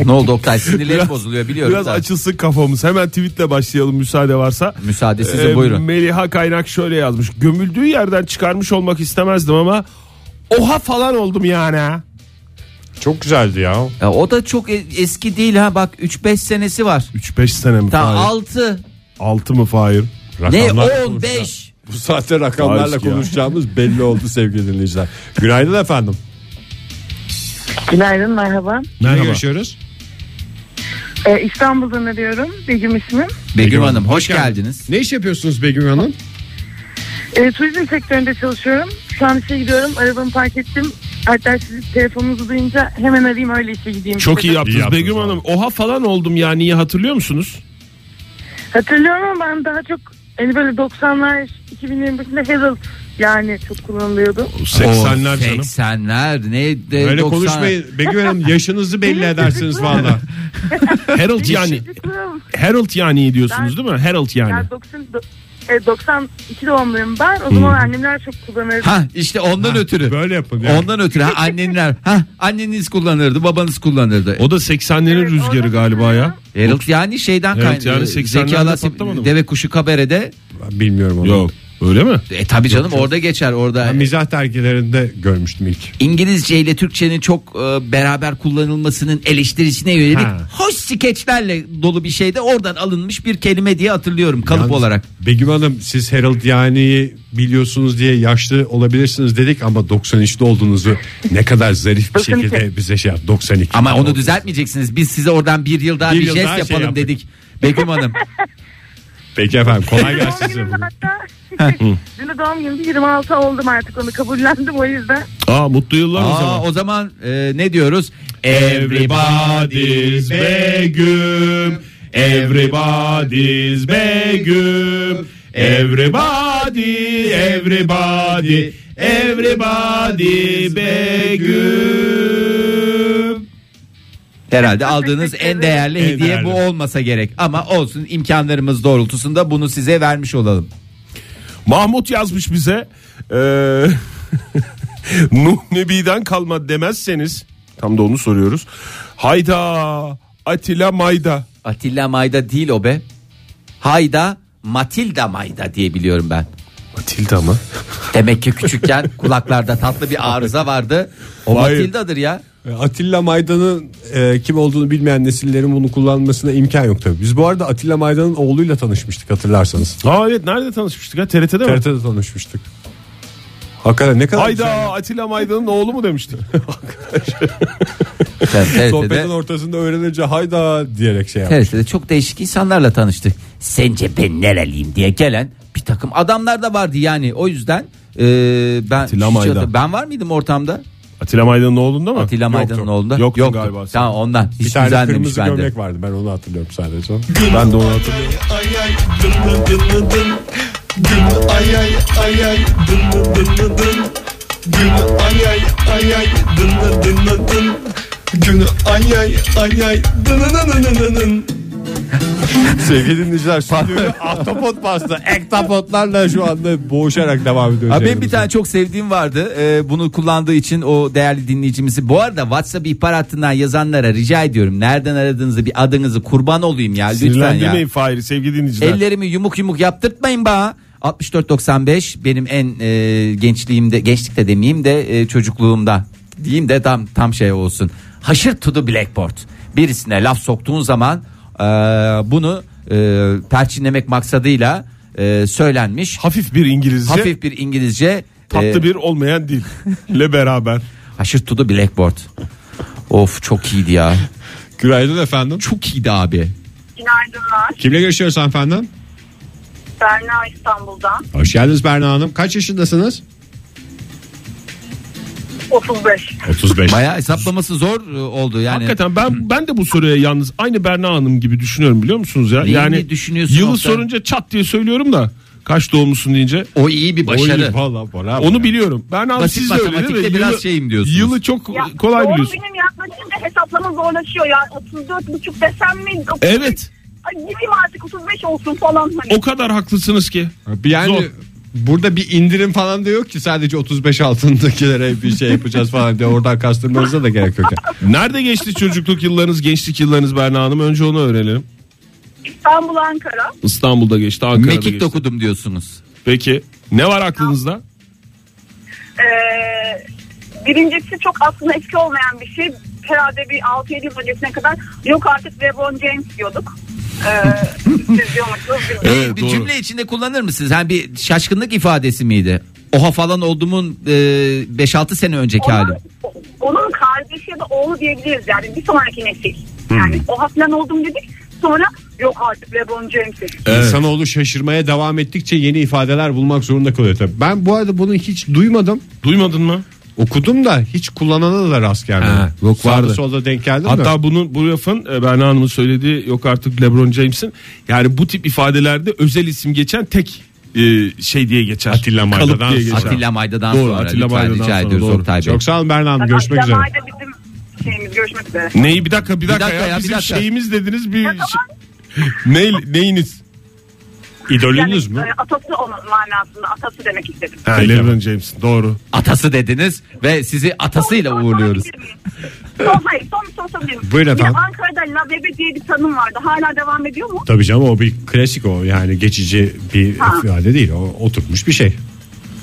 [SPEAKER 4] ne oldu Oktay sinirlerim bozuluyor biliyorum.
[SPEAKER 5] Biraz
[SPEAKER 4] zaten.
[SPEAKER 5] açılsın kafamız. Hemen tweetle başlayalım müsaade varsa. Ee,
[SPEAKER 4] Müsaade sizin, buyurun.
[SPEAKER 5] Meliha Kaynak şöyle yazmış. Gömüldüğü yerden çıkarmış olmak istemezdim ama Oha falan oldum yani.
[SPEAKER 7] Çok güzeldi ya.
[SPEAKER 4] Ya o da çok e- eski değil ha bak 3-5 senesi var.
[SPEAKER 5] 3-5 sene mi
[SPEAKER 4] Tam
[SPEAKER 5] Fahir?
[SPEAKER 4] 6
[SPEAKER 5] 6 mı Fahir?
[SPEAKER 4] ne
[SPEAKER 7] Rakamlar-
[SPEAKER 4] 15.
[SPEAKER 3] Bu saatte rakamlarla
[SPEAKER 5] Ayıp ya.
[SPEAKER 3] konuşacağımız belli oldu sevgili dinleyiciler. Günaydın efendim.
[SPEAKER 8] Günaydın merhaba.
[SPEAKER 7] Kimle
[SPEAKER 5] Merhaba.
[SPEAKER 7] görüşüyoruz?
[SPEAKER 8] Ee, İstanbul'dan arıyorum. Begüm ismim.
[SPEAKER 4] Begüm Hanım hoş geldiniz.
[SPEAKER 7] Ne iş yapıyorsunuz Begüm Hanım?
[SPEAKER 8] Ee, turizm sektöründe çalışıyorum. Şu an işe gidiyorum. Arabamı park ettim. Hatta sizin telefonunuzu duyunca hemen arayayım öyle işe gideyim.
[SPEAKER 5] Çok iyi
[SPEAKER 8] dedim.
[SPEAKER 5] yaptınız,
[SPEAKER 7] İyi yaptınız
[SPEAKER 5] Begüm
[SPEAKER 7] abi.
[SPEAKER 5] Hanım. Oha falan oldum ya niye hatırlıyor musunuz?
[SPEAKER 8] Hatırlıyorum ama ben daha çok hani böyle 90'lar 2025'inde Herald yani çok kullanılıyordu.
[SPEAKER 7] 80'ler canım.
[SPEAKER 4] 80'ler ne
[SPEAKER 5] Ee,
[SPEAKER 4] de
[SPEAKER 7] Öyle
[SPEAKER 4] 90'lar.
[SPEAKER 7] konuşmayın. Begüm Hanım yaşınızı belli edersiniz valla.
[SPEAKER 5] Herald yani Hani-
[SPEAKER 8] Çocukluğum.
[SPEAKER 5] Herald yani iyi diyorsunuz
[SPEAKER 8] Ben-
[SPEAKER 5] değil mi? Herald yani.
[SPEAKER 8] Yani 90, e, 92 doğumluyum ben. O zaman
[SPEAKER 5] Hmm.
[SPEAKER 8] annemler çok kullanırdı.
[SPEAKER 4] Ha işte ondan ötürü.
[SPEAKER 7] Böyle yapın. yani.
[SPEAKER 4] Ondan ötürü ha, annenler ha anneniz kullanırdı babanız kullanırdı.
[SPEAKER 5] O da 80'lerin
[SPEAKER 8] Evet,
[SPEAKER 5] rüzgarı
[SPEAKER 8] orada-
[SPEAKER 5] galiba ya.
[SPEAKER 4] Harold yani şeyden
[SPEAKER 5] Evet,
[SPEAKER 4] kaynaklı.
[SPEAKER 5] yani 80'lerde
[SPEAKER 4] Zeki Alasya-
[SPEAKER 5] patlamadı mı?
[SPEAKER 4] Deve kuşu kaberede.
[SPEAKER 3] Ben bilmiyorum onu.
[SPEAKER 5] Yok. Öyle mi?
[SPEAKER 4] E tabi canım orada geçer orada.
[SPEAKER 3] Ben mizah dergilerinde görmüştüm ilk.
[SPEAKER 4] İngilizce ile Türkçenin çok e, beraber kullanılmasının eleştirisine yönelik
[SPEAKER 5] Ha.
[SPEAKER 4] hoş skeçlerle dolu bir şeyde oradan alınmış bir kelime diye hatırlıyorum kalıp
[SPEAKER 3] Yalnız
[SPEAKER 4] olarak.
[SPEAKER 3] Begüm Hanım siz Herald yani biliyorsunuz diye yaşlı olabilirsiniz dedik ama 93'te olduğunuzu ne kadar zarif bir
[SPEAKER 8] 92.
[SPEAKER 3] şekilde bize şey yap- 92.
[SPEAKER 4] Ama onu düzeltmeyeceksiniz. Biz size oradan bir yıl daha
[SPEAKER 3] Bir
[SPEAKER 4] bir,
[SPEAKER 3] yıl
[SPEAKER 4] jest
[SPEAKER 3] daha şey
[SPEAKER 4] yapalım
[SPEAKER 3] yaptık.
[SPEAKER 4] dedik. Begüm Hanım.
[SPEAKER 3] Peki efendim kolay
[SPEAKER 8] Doğum (laughs)
[SPEAKER 3] gelsin size.
[SPEAKER 8] günümde hatta (laughs) dün de doğum günümde 26 oldum artık onu kabullendim o yüzden.
[SPEAKER 5] Aa mutlu yıllar o
[SPEAKER 4] Aa,
[SPEAKER 5] zaman.
[SPEAKER 4] o zaman e, ne diyoruz? Everybody's
[SPEAKER 5] Begüm. Everybody's Begüm. Everybody, everybody, everybody Begüm.
[SPEAKER 4] Herhalde aldığınız
[SPEAKER 8] Teşekkür
[SPEAKER 4] en
[SPEAKER 8] ederim.
[SPEAKER 4] değerli
[SPEAKER 3] En
[SPEAKER 4] hediye
[SPEAKER 3] değerli.
[SPEAKER 4] bu olmasa gerek. Ama olsun imkanlarımız doğrultusunda bunu size vermiş olalım.
[SPEAKER 5] Mahmut yazmış bize. Eee (laughs) Nuh Nebi'den kalma demezseniz tam da onu soruyoruz. Hayda Atilla Mayda.
[SPEAKER 4] Atilla Mayda değil o be. Hayda Matilda Mayda diye biliyorum ben.
[SPEAKER 5] Matilda mı?
[SPEAKER 4] Demek ki küçükken (laughs) kulaklarda tatlı bir arıza vardı. O
[SPEAKER 5] Hayır.
[SPEAKER 4] Matilda'dır ya.
[SPEAKER 3] E, Atilla Maydan'ın e, kim olduğunu bilmeyen nesillerin bunu kullanmasına imkan yok tabii. Biz bu arada Atilla Maydan'ın oğluyla tanışmıştık hatırlarsanız.
[SPEAKER 5] Aa evet nerede tanışmıştık ha TRT'de mi?
[SPEAKER 3] TRT'de tanışmıştık. Hakikaten ne kadar
[SPEAKER 5] Hayda
[SPEAKER 3] güzel.
[SPEAKER 5] Atilla Maydan'ın oğlu mu demiştik?
[SPEAKER 4] Evet, TRT'de
[SPEAKER 3] Sohbetin ortasında öğrenince hayda diyerek şey yaptı.
[SPEAKER 4] TRT'de çok değişik insanlarla tanıştık. Sence ben nereliyim diye gelen bir takım adamlar da vardı yani. O yüzden e, ben
[SPEAKER 5] Atilla
[SPEAKER 4] hiç
[SPEAKER 5] Maydan.
[SPEAKER 4] hatır- ben var mıydım ortamda?
[SPEAKER 5] (laughs) Atilla Maydan'ın oğlunda mı?
[SPEAKER 4] Atilla Maydan'ın oğlunda.
[SPEAKER 5] Yoktu
[SPEAKER 4] Yoktum.
[SPEAKER 5] galiba. sen.
[SPEAKER 4] Tamam ondan.
[SPEAKER 3] Bir
[SPEAKER 4] Hiç
[SPEAKER 3] tane
[SPEAKER 4] düzelmemiş
[SPEAKER 3] kırmızı
[SPEAKER 4] bende.
[SPEAKER 3] gömlek vardı ben onu hatırlıyorum sadece.
[SPEAKER 5] Ben de onu hatırlıyorum.
[SPEAKER 9] Ay ay dın dın dın dın. Dın ay ay ay ay dın dın dın dın dın. Gün ay ay ay ay dın dın dın dın dın. Gün ay ay ay ay dın dın dın dın dın.
[SPEAKER 3] Sevgili
[SPEAKER 4] (laughs)
[SPEAKER 3] dinleyiciler stüdyoyu (laughs) ahtapot pasta ektapotlarla şu anda boğuşarak devam ediyoruz.
[SPEAKER 4] Abi benim bir
[SPEAKER 3] yayınımıza.
[SPEAKER 4] tane çok sevdiğim vardı. Ee, bunu kullandığı için o değerli dinleyicimizi. Bu arada WhatsApp ihbar hattından yazanlara rica ediyorum. Nereden aradığınızı bir adınızı kurban olayım ya lütfen ya.
[SPEAKER 5] Sinirlendirmeyin Fahir'i sevgili dinleyiciler.
[SPEAKER 4] Ellerimi yumuk yumuk yaptırtmayın bana. 64.95 benim en e, gençliğimde gençlikte demeyeyim de e, çocukluğumda diyeyim de tam tam şey olsun. Haşır to the blackboard. Birisine laf soktuğun zaman e, bunu e, perçinlemek maksadıyla e, söylenmiş.
[SPEAKER 5] Hafif bir İngilizce.
[SPEAKER 4] Hafif bir İngilizce.
[SPEAKER 5] Tatlı
[SPEAKER 4] e,
[SPEAKER 5] bir olmayan
[SPEAKER 4] (laughs)
[SPEAKER 5] dil ile beraber.
[SPEAKER 4] Haşır to the blackboard. Of çok iyiydi ya.
[SPEAKER 3] Günaydın efendim.
[SPEAKER 4] Çok iyiydi abi.
[SPEAKER 8] Günaydınlar.
[SPEAKER 3] Kimle görüşüyoruz hanımefendi?
[SPEAKER 8] Berna İstanbul'dan.
[SPEAKER 3] Hoş geldiniz Berna Hanım. Kaç yaşındasınız?
[SPEAKER 8] 35.
[SPEAKER 3] 35.
[SPEAKER 4] Bayağı hesaplaması zor e, oldu yani.
[SPEAKER 5] Hakikaten ben ben de bu soruya yalnız aynı Berna Hanım gibi düşünüyorum biliyor musunuz ya?
[SPEAKER 4] Neyi
[SPEAKER 5] yani
[SPEAKER 4] düşünüyorsun
[SPEAKER 5] yılı
[SPEAKER 4] Oktay?
[SPEAKER 5] sorunca çat diye söylüyorum da kaç doğumlusun deyince
[SPEAKER 4] O iyi bir başarı.
[SPEAKER 5] onu biliyorum. Berna Hanım
[SPEAKER 4] Basit
[SPEAKER 5] siz de öyle değil mi?
[SPEAKER 4] matematikte biraz
[SPEAKER 5] Yılı-
[SPEAKER 4] şeyim diyorsunuz.
[SPEAKER 5] Yılı çok kolay
[SPEAKER 8] doğum
[SPEAKER 5] biliyorsun.
[SPEAKER 8] günüm yaklaşınca hesaplama zorlaşıyor yani 34 buçuk desem mi? 35
[SPEAKER 5] Evet.
[SPEAKER 8] Ay, gireyim artık 35 olsun falan hani.
[SPEAKER 5] O kadar haklısınız ki.
[SPEAKER 3] Yani
[SPEAKER 5] Zor.
[SPEAKER 3] burada bir indirim falan da yok ki sadece 35 altındakilere bir şey yapacağız falan diye oradan kastırmanıza da gerek (laughs) yok. yani.
[SPEAKER 5] Nerede geçti çocukluk yıllarınız, gençlik yıllarınız Berna Hanım? Önce onu öğrenelim.
[SPEAKER 8] İstanbul, Ankara.
[SPEAKER 5] İstanbul'da geçti, Ankara'da
[SPEAKER 4] Mekik
[SPEAKER 5] geçti.
[SPEAKER 4] dokudum diyorsunuz.
[SPEAKER 5] Peki ne var aklınızda?
[SPEAKER 8] Ee, Birincisi çok aslında eski olmayan bir şey. Herhalde bir 6-7 yıl öncesine kadar yok artık LeBron James diyorduk. Ee,
[SPEAKER 5] (laughs)
[SPEAKER 8] siz diyormuşsunuz. biz de.
[SPEAKER 4] Bir- bir
[SPEAKER 5] E, doğru.
[SPEAKER 4] cümle içinde kullanır mısınız? Yani bir şaşkınlık ifadesi miydi? Oha falan olduğumun e, 5-6 sene önceki hali.
[SPEAKER 8] Onun, onun kardeşi ya da oğlu diyebiliriz yani bir sonraki nesil. Yani o hafiften oldum dedik sonra yok artık LeBron James dedik.
[SPEAKER 3] İnsanoğlu şaşırmaya devam ettikçe yeni ifadeler bulmak zorunda kalıyor tabii. Ben bu arada bunu hiç duymadım.
[SPEAKER 5] Duymadın mı?
[SPEAKER 3] Okudum da hiç kullanana da rast
[SPEAKER 5] Ha,
[SPEAKER 3] gelmedim.
[SPEAKER 5] yok
[SPEAKER 3] Sağda
[SPEAKER 5] vardı.
[SPEAKER 3] solda denk geldim de.
[SPEAKER 5] Hatta bunun bu lafın e, Berna Hanım'ın söylediği yok artık LeBron James'in yani bu tip ifadelerde özel isim geçen tek e, şey diye geçer.
[SPEAKER 3] Atilla Mayda'dan
[SPEAKER 5] Kalıp diye geçer.
[SPEAKER 4] Atilla Mayda'dan
[SPEAKER 5] Doğru,
[SPEAKER 4] sonra
[SPEAKER 5] Atilla
[SPEAKER 4] lütfen
[SPEAKER 5] Mayda'dan
[SPEAKER 4] rica
[SPEAKER 5] sonra,
[SPEAKER 4] ediyoruz
[SPEAKER 5] doğru.
[SPEAKER 4] Oktay Bey.
[SPEAKER 3] Çok sağ olun Berna Hanım. Görüşmek
[SPEAKER 8] Hatta
[SPEAKER 3] üzere.
[SPEAKER 8] Mayda bizim şeyimiz görüşmek üzere.
[SPEAKER 5] Neyi bir dakika bir dakika,
[SPEAKER 4] dakika
[SPEAKER 5] ya,
[SPEAKER 4] ya, bir
[SPEAKER 5] bizim
[SPEAKER 4] dakika.
[SPEAKER 5] şeyimiz dediniz bir şey- (laughs) ne, neyiniz?
[SPEAKER 3] İdolünüz mü?
[SPEAKER 8] e, Atası onun manasında atası demek istedim.
[SPEAKER 5] Ha, LeBron James doğru.
[SPEAKER 4] Atası dediniz ve sizi atasıyla
[SPEAKER 8] Son-
[SPEAKER 4] uğurluyoruz.
[SPEAKER 8] son- Son, hayır, son bir soru sorabilir miyim?
[SPEAKER 3] Buyurun
[SPEAKER 8] Bir
[SPEAKER 3] efendim.
[SPEAKER 8] Ankara'da labebe diye bir tanım vardı. Hala devam ediyor mu?
[SPEAKER 3] Tabii canım o bir klasik o yani geçici bir
[SPEAKER 8] Ha.
[SPEAKER 3] ifade değil o oturmuş bir şey.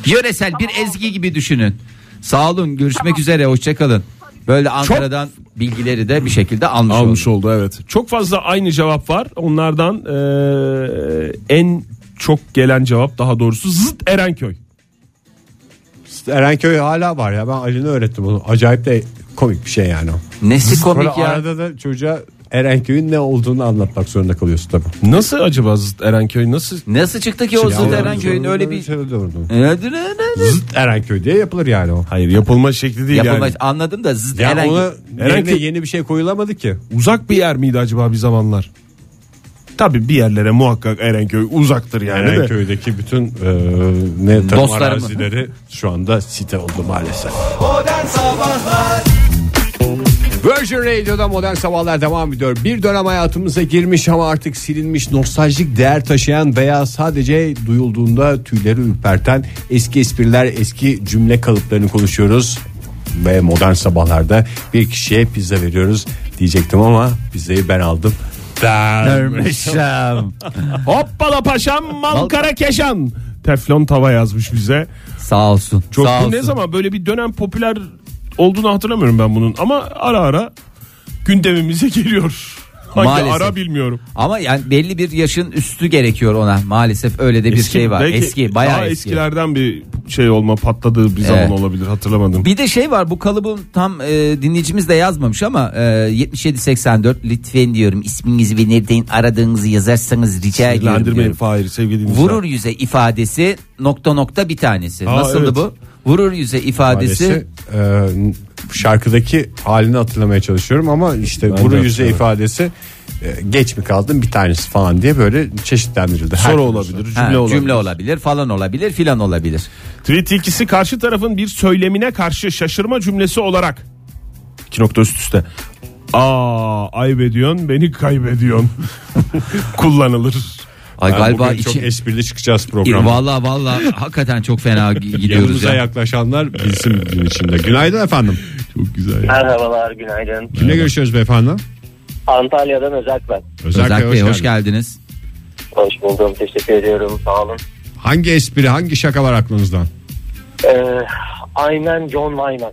[SPEAKER 4] Yöresel bir ezgi gibi düşünün. Sağ olun görüşmek üzere hoşçakalın. Böyle Ankara'dan bilgileri de bir şekilde almış,
[SPEAKER 5] Almış
[SPEAKER 4] olduk.
[SPEAKER 5] oldu evet. Çok fazla aynı cevap var. Onlardan e, en çok gelen cevap daha doğrusu zıt Erenköy.
[SPEAKER 3] Erenköy hala var ya ben Ali'ne öğrettim onu. Acayip de komik bir şey yani o.
[SPEAKER 4] Nesi
[SPEAKER 3] Böyle
[SPEAKER 4] komik ya.
[SPEAKER 3] arada da çocuğa Erenköy'ün ne olduğunu anlatmak zorunda kalıyorsun tabii.
[SPEAKER 5] Nasıl acaba zıt Erenköy nasıl?
[SPEAKER 4] Nasıl çıktı ki o Zıt Erenköy'ün öyle bir... Ee,
[SPEAKER 3] Zıt Erenköy diye yapılır yani o.
[SPEAKER 5] Hayır yapılma şekli değil
[SPEAKER 4] Yapılma,
[SPEAKER 5] yani.
[SPEAKER 4] anladım da Zıt
[SPEAKER 3] Ya
[SPEAKER 4] Erenköy.
[SPEAKER 3] ona yerine
[SPEAKER 5] Erenköy-
[SPEAKER 3] yeni bir şey koyulamadı ki.
[SPEAKER 5] Uzak bir yer miydi acaba bir zamanlar? Tabii bir yerlere muhakkak Erenköy uzaktır yani de.
[SPEAKER 3] Erenköy'deki bütün e, ne tarım
[SPEAKER 4] Dostlarım.
[SPEAKER 3] arazileri şu anda site oldu maalesef. Virgin Radio'da Modern Sabahlar devam ediyor. Bir dönem hayatımıza girmiş ama artık silinmiş nostaljik değer taşıyan veya sadece duyulduğunda tüyleri ürperten eski espriler, eski cümle kalıplarını konuşuyoruz. Ve Modern Sabahlar'da bir kişiye pizza veriyoruz diyecektim ama pizzayı ben aldım.
[SPEAKER 4] Görmüşüm.
[SPEAKER 5] Hoppala paşam malkara keşan. Teflon tava yazmış bize.
[SPEAKER 4] (laughs) Sağ olsun.
[SPEAKER 5] Çok
[SPEAKER 4] sağ
[SPEAKER 5] bu ne
[SPEAKER 4] olsun.
[SPEAKER 5] zaman böyle bir dönem popüler olduğunu hatırlamıyorum ben bunun. Ama ara ara gündemimize geliyor. Hangi
[SPEAKER 4] Maalesef.
[SPEAKER 5] ara bilmiyorum.
[SPEAKER 4] Ama yani belli bir yaşın üstü gerekiyor ona. Maalesef öyle de bir şey var.
[SPEAKER 5] belki
[SPEAKER 4] Eski, bayağı
[SPEAKER 5] daha
[SPEAKER 4] eski.
[SPEAKER 5] eskilerden bir şey olma patladığı bir zaman
[SPEAKER 4] Evet.
[SPEAKER 5] olabilir hatırlamadım.
[SPEAKER 4] Bir de şey var bu kalıbın tam e, dinleyicimiz de yazmamış ama e, 7784 lütfen diyorum isminizi ve nereden aradığınızı yazarsanız rica ediyorum.
[SPEAKER 5] Sinirlendirmeyin
[SPEAKER 4] diyorum.
[SPEAKER 5] Fahir sevgili dinleyiciler.
[SPEAKER 4] Vurur yüze ifadesi nokta nokta bir tanesi.
[SPEAKER 5] Aa,
[SPEAKER 4] Nasıldı
[SPEAKER 5] evet.
[SPEAKER 4] bu? Vurur yüze ifadesi.
[SPEAKER 3] Maalesef e, şarkıdaki halini hatırlamaya çalışıyorum ama işte
[SPEAKER 5] de
[SPEAKER 3] guru yüze
[SPEAKER 5] hatırlamıyorum.
[SPEAKER 3] ifadesi e, geç mi kaldım bir tanesi falan diye böyle çeşitlendirildi. Her
[SPEAKER 5] Soru
[SPEAKER 3] türlü
[SPEAKER 5] olabilir, cümle
[SPEAKER 4] Ha,
[SPEAKER 5] olabilir.
[SPEAKER 4] cümle olabilir falan olabilir filan olabilir.
[SPEAKER 5] Tweet ikisi karşı tarafın bir söylemine karşı şaşırma cümlesi olarak. İki nokta üst üste. Aa aybediyorsun beni kaybediyorsun. (laughs) Kullanılır.
[SPEAKER 4] Ay galiba
[SPEAKER 3] Bugün çok
[SPEAKER 4] için
[SPEAKER 3] esprili çıkacağız programa.
[SPEAKER 4] Vallahi vallahi hakikaten çok fena gi- gidiyoruz
[SPEAKER 3] Yanımıza
[SPEAKER 4] ya.
[SPEAKER 3] yaklaşanlar bilsin gün içinde. Günaydın efendim. Çok güzel.
[SPEAKER 10] Merhabalar, günaydın.
[SPEAKER 3] Kimle görüşüyoruz beyefendi?
[SPEAKER 10] Antalya'dan Özak ben.
[SPEAKER 4] Özak Bey
[SPEAKER 3] geldin.
[SPEAKER 4] hoş geldiniz.
[SPEAKER 10] Hoş buldum, teşekkür ediyorum, sağ olun.
[SPEAKER 3] Hangi espri, hangi şaka var aklınızdan?
[SPEAKER 10] Ee, aynen John Wayman.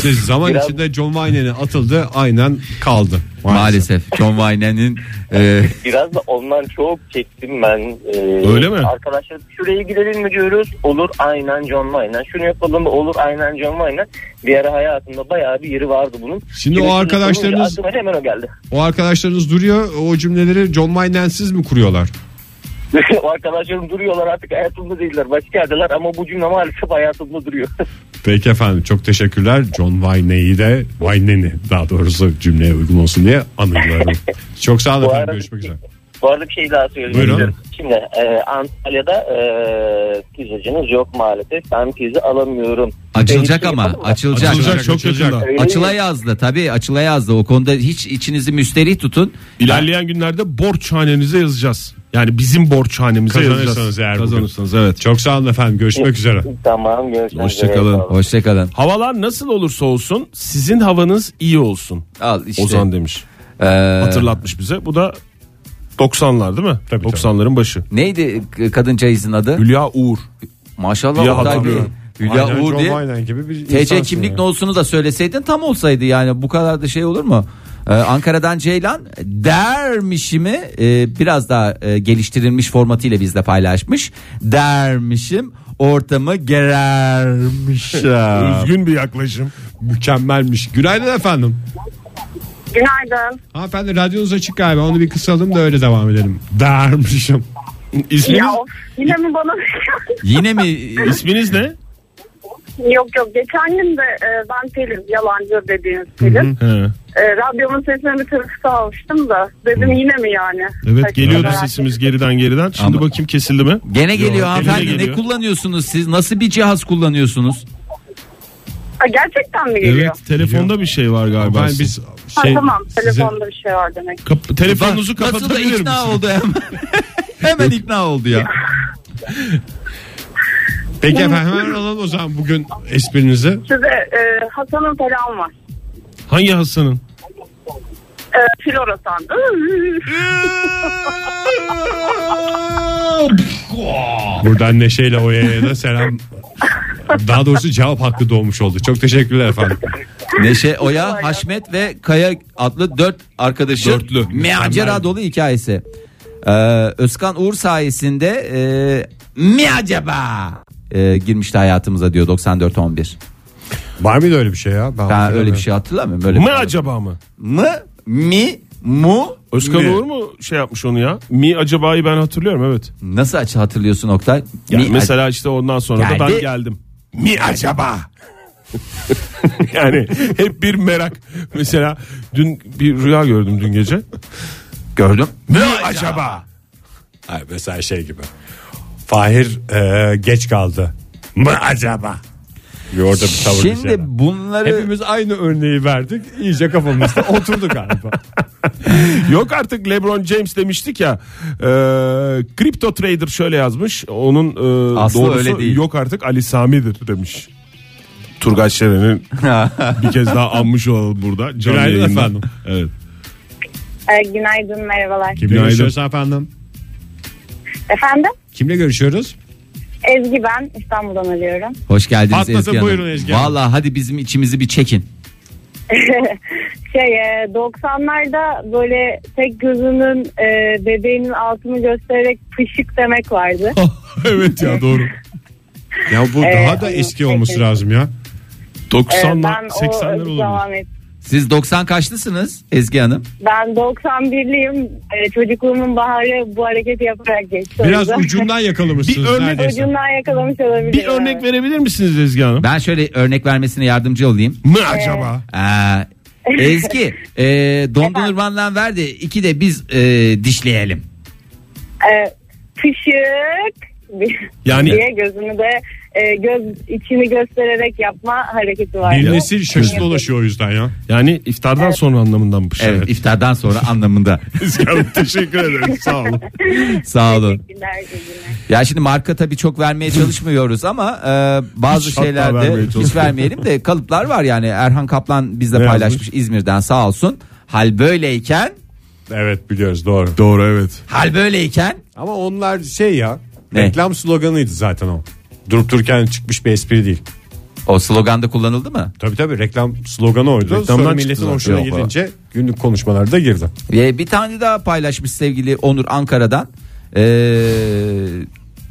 [SPEAKER 3] Siz (laughs) zaman
[SPEAKER 10] Biraz-
[SPEAKER 3] içinde John Wayne'e atıldı, aynen kaldı.
[SPEAKER 4] Maalesef John Wayne'nin e,
[SPEAKER 10] Biraz da ondan çok çektim ben. Ee,
[SPEAKER 5] Öyle mi?
[SPEAKER 10] Arkadaşlar şuraya gidelim mi diyoruz, olur aynen John Wayman. Şunu yapalım mı, olur aynen John Wayman. Bir ara hayatımda bayağı bir yeri vardı bunun.
[SPEAKER 3] Şimdi o
[SPEAKER 10] şunu
[SPEAKER 3] arkadaşlarınız-
[SPEAKER 10] sorunca Aklıma hemen o geldi. (laughs)
[SPEAKER 3] O arkadaşlarınız duruyor, o cümleleri John Wayne'siz mi kuruyorlar?
[SPEAKER 10] o arkadaşlarım duruyorlar artık hayatımda değiller. Başka yerdeler ama bu cümle maalesef hayatımda duruyor. (laughs)
[SPEAKER 3] Peki efendim çok teşekkürler. John Wayne'i de Wayne'i daha doğrusu cümleye uygun olsun diye anıyorum.
[SPEAKER 10] (laughs)
[SPEAKER 3] çok sağ olun
[SPEAKER 10] Bu
[SPEAKER 3] efendim
[SPEAKER 10] arada-
[SPEAKER 3] görüşmek üzere.
[SPEAKER 10] Bu arada bir şey daha söylemek
[SPEAKER 3] Buyurun.
[SPEAKER 10] istiyorum. Şimdi e, Antalya'da e, pizzacınız yok maalesef. Ben pizza alamıyorum.
[SPEAKER 4] açılacak
[SPEAKER 10] Ee,
[SPEAKER 4] ama
[SPEAKER 10] yapalım mı?
[SPEAKER 4] açılacak.
[SPEAKER 5] Açılacak, çok
[SPEAKER 3] açılacak.
[SPEAKER 5] yakında.
[SPEAKER 10] Öyle
[SPEAKER 4] Açıla
[SPEAKER 10] mi?
[SPEAKER 4] yazdı tabii açıla yazdı o konuda hiç içinizi müsterih tutun.
[SPEAKER 5] İlerleyen günlerde borçhanenize yazacağız. Yani bizim borçhanemize
[SPEAKER 3] Kazanırsanız
[SPEAKER 5] yazacağız.
[SPEAKER 3] eğer bugün.
[SPEAKER 5] Kazanırsanız evet.
[SPEAKER 3] Çok sağ olun efendim
[SPEAKER 10] Oh.
[SPEAKER 3] görüşmek üzere.
[SPEAKER 10] Tamam görüşmek
[SPEAKER 5] Hoşçakalın.
[SPEAKER 10] üzere.
[SPEAKER 4] Hoşçakalın.
[SPEAKER 5] Havalar nasıl olursa olsun sizin havanız iyi olsun.
[SPEAKER 4] Al işte.
[SPEAKER 5] Ozan demiş.
[SPEAKER 4] Ee,
[SPEAKER 5] Hatırlatmış bize. Bu da 90'lar değil mi?
[SPEAKER 3] Tabii,
[SPEAKER 5] 90'ların başı.
[SPEAKER 4] neydi k- kadın çayızın adı?
[SPEAKER 5] Hülya Uğur.
[SPEAKER 4] Maşallah
[SPEAKER 5] Hülya
[SPEAKER 4] Oktay Bey.
[SPEAKER 5] hatırlıyorum.
[SPEAKER 4] Hülya
[SPEAKER 2] Aynen
[SPEAKER 4] Uğur
[SPEAKER 2] John
[SPEAKER 4] diye
[SPEAKER 2] Wayne gibi bir
[SPEAKER 4] TC
[SPEAKER 2] insansın
[SPEAKER 4] kimlik
[SPEAKER 2] yani.
[SPEAKER 4] nosunu da söyleseydin tam olsaydı yani bu kadar da şey olur mu? Ee, Ankara'dan Ceylan dermişimi e, biraz daha e, geliştirilmiş formatıyla bizle paylaşmış. Dermişim ortamı gerermiş.
[SPEAKER 5] (laughs)
[SPEAKER 2] Üzgün bir yaklaşım. Mükemmelmiş. Günaydın efendim.
[SPEAKER 8] Günaydın.
[SPEAKER 2] Hanımefendi radyonuz açık galiba. Onu bir kısalım da öyle devam edelim. Dermişim.
[SPEAKER 5] İsminiz,
[SPEAKER 8] Ya of, yine mi bana
[SPEAKER 4] Yine mi?
[SPEAKER 5] isminiz ne?
[SPEAKER 8] (laughs) Yok yok geçen gün de e, ben Pelin yalancı dediğiniz Pelin.
[SPEAKER 5] He.
[SPEAKER 8] E, radyomun sesine bir tırıksa almıştım da dedim yine mi yani? Hani,
[SPEAKER 5] Evet
[SPEAKER 8] Peki,
[SPEAKER 5] geliyordu
[SPEAKER 8] merak
[SPEAKER 5] sesimiz geriden geriden. Şimdi
[SPEAKER 4] Ama-
[SPEAKER 5] bakayım kesildi mi?
[SPEAKER 4] Gene geliyor
[SPEAKER 5] gene
[SPEAKER 4] hanımefendi. Ne
[SPEAKER 5] geliyor.
[SPEAKER 4] kullanıyorsunuz siz? Nasıl bir cihaz kullanıyorsunuz?
[SPEAKER 8] ettim. Ha, gerçekten mi geliyor?
[SPEAKER 5] Evet telefonda bir şey var galiba.
[SPEAKER 2] Ben biz
[SPEAKER 8] Ha,
[SPEAKER 2] şey,
[SPEAKER 8] tamam
[SPEAKER 2] size-
[SPEAKER 8] telefonda bir şey var demek.
[SPEAKER 5] Kap- telefonunuzu
[SPEAKER 4] Bak, Nasıl da
[SPEAKER 5] kapatabilir misiniz?
[SPEAKER 4] ikna oldu
[SPEAKER 5] (laughs)
[SPEAKER 4] hemen. hemen ikna oldu ya.
[SPEAKER 2] Peki efendim hemen alalım o zaman bugün esprinizi.
[SPEAKER 8] Size e, Hasan'ın falan var.
[SPEAKER 5] Hangi Hasan'ın?
[SPEAKER 8] E, Florasan.
[SPEAKER 2] Buradan Neşe'yle Oya'ya da selam. Daha doğrusu cevap hakkı doğmuş oldu. Çok teşekkürler efendim.
[SPEAKER 4] Neşe Oya, Haşmet ve Kaya adlı dört arkadaşın
[SPEAKER 5] Dörtlü.
[SPEAKER 4] macera dolu hikayesi. Ee, Özkan Uğur sayesinde e, mi acaba e, girmişti hayatımıza diyor 94-11.
[SPEAKER 2] Var mıydı öyle bir şey ya?
[SPEAKER 4] Ben öyle bir şey hatırlamıyorum. Öyle
[SPEAKER 5] Mı
[SPEAKER 4] bir-
[SPEAKER 5] acaba mı?
[SPEAKER 4] Mı? Mi? Mu?
[SPEAKER 5] Özkan
[SPEAKER 4] mi?
[SPEAKER 5] Uğur mu şey yapmış onu ya? Mi acaba'yı ben hatırlıyorum evet.
[SPEAKER 4] Nasıl aç hatırlıyorsun Oktay?
[SPEAKER 5] Yani
[SPEAKER 4] Mi-
[SPEAKER 5] mesela işte ondan sonra da ben
[SPEAKER 4] Geldi.
[SPEAKER 5] geldim. Mi acaba? (laughs) yani hep bir merak. Mesela dün bir rüya gördüm dün gece.
[SPEAKER 4] gördüm.
[SPEAKER 5] Mi acaba?
[SPEAKER 2] Hayır, mesela şey gibi. Fahir e, geç kaldı. Mı acaba? Bir orada bir (laughs) tavır bir
[SPEAKER 4] Şimdi
[SPEAKER 2] şey var.
[SPEAKER 4] bunları
[SPEAKER 2] Hepimiz aynı örneği verdik. İyice kafamızda oturdu galiba.
[SPEAKER 5] (laughs) Yok artık LeBron James demiştik ya. E, Crypto Trader şöyle yazmış. Onun e,
[SPEAKER 4] Aslı
[SPEAKER 5] doğrusu
[SPEAKER 4] öyle değil.
[SPEAKER 5] yok artık Ali Sami'dir demiş.
[SPEAKER 4] (laughs)
[SPEAKER 5] Turgay Şeren'in bir kez daha anmış olalım burada. Canlı
[SPEAKER 2] Günaydın
[SPEAKER 5] yayında.
[SPEAKER 2] efendim.
[SPEAKER 5] Evet.
[SPEAKER 8] E, günaydın merhabalar.
[SPEAKER 2] Kimle
[SPEAKER 5] Günaydın.
[SPEAKER 2] görüşüyoruz efendim?
[SPEAKER 8] Efendim?
[SPEAKER 2] Kimle görüşüyoruz?
[SPEAKER 8] Ezgi ben İstanbul'dan arıyorum. (laughs)
[SPEAKER 4] hoş geldiniz
[SPEAKER 2] Patlatın,
[SPEAKER 4] Ezgi Hanım.
[SPEAKER 2] buyurun Ezgi Hanım.
[SPEAKER 4] Valla hadi bizim içimizi bir çekin.
[SPEAKER 8] şey e, 90'larda böyle tek gözünün e, bebeğinin altını göstererek pışık
[SPEAKER 5] (laughs)
[SPEAKER 8] demek vardı.
[SPEAKER 5] (laughs) evet ya doğru.
[SPEAKER 2] Ya bu
[SPEAKER 8] Ee,
[SPEAKER 2] daha da
[SPEAKER 8] onu-
[SPEAKER 2] eski olması
[SPEAKER 8] peki.
[SPEAKER 2] lazım ya.
[SPEAKER 5] 90'lar
[SPEAKER 8] Ee, ben o
[SPEAKER 5] 80'ler olabilir.
[SPEAKER 8] devam et-
[SPEAKER 4] Siz 90 kaçlısınız Ezgi Hanım?
[SPEAKER 8] Ben 91'liyim. E, çocukluğumun baharı bu hareketi yaparak geçti. O
[SPEAKER 2] Biraz
[SPEAKER 8] yüzden
[SPEAKER 2] ucundan yakalamışsınız
[SPEAKER 5] Bir örnek-
[SPEAKER 2] neredeyse.
[SPEAKER 8] (laughs) ucundan yakalamış olabilirim.
[SPEAKER 5] Bir örnek
[SPEAKER 8] evet.
[SPEAKER 5] verebilir misiniz Ezgi Hanım?
[SPEAKER 4] Ben şöyle örnek vermesine yardımcı olayım.
[SPEAKER 5] Mı acaba?
[SPEAKER 4] Ee, Ezgi e, dondurmandan verdi. İki de biz e, dişleyelim.
[SPEAKER 8] E, pışık
[SPEAKER 5] Yani-
[SPEAKER 8] diye gözünü de e, göz içini göstererek yapma hareketi vardı.
[SPEAKER 2] Bir nesil şaşı dolaşıyor o yüzden ya.
[SPEAKER 5] Yani iftardan sonra anlamından şey. mı?
[SPEAKER 4] Evet, iftardan (laughs) sonra anlamında.
[SPEAKER 5] Ezgi Hanım (laughs) teşekkür ederim sağ olun.
[SPEAKER 4] Sağ olun.
[SPEAKER 8] Teşekkürler, iyi günler.
[SPEAKER 4] Ya şimdi marka tabii çok vermeye çalışmıyoruz ama e, bazı
[SPEAKER 5] Hiç hatta vermeye
[SPEAKER 4] şeylerde hiç
[SPEAKER 5] çalışmıyoruz.
[SPEAKER 4] vermeyelim de kalıplar var yani. Erhan Kaplan bizle
[SPEAKER 5] Ne
[SPEAKER 4] paylaşmış İzmir'den sağ olsun. Hal böyleyken,
[SPEAKER 2] Evet biliyoruz doğru.
[SPEAKER 5] Doğru evet.
[SPEAKER 4] hal böyleyken
[SPEAKER 2] Ama onlar şey ya
[SPEAKER 4] Ne?
[SPEAKER 2] reklam sloganıydı zaten o. Durup dururken çıkmış bir espri değil.
[SPEAKER 4] o sloganda kullanıldı mı?
[SPEAKER 2] Tabii tabii reklam sloganı oydu.
[SPEAKER 5] Reklamdan
[SPEAKER 2] Sonra
[SPEAKER 5] çıktı
[SPEAKER 2] milletin
[SPEAKER 5] zaten.
[SPEAKER 2] hoşuna
[SPEAKER 4] Yok,
[SPEAKER 2] gidince günlük konuşmalarda girdi.
[SPEAKER 4] Ve bir tane daha paylaşmış sevgili Onur Ankara'dan. Ee,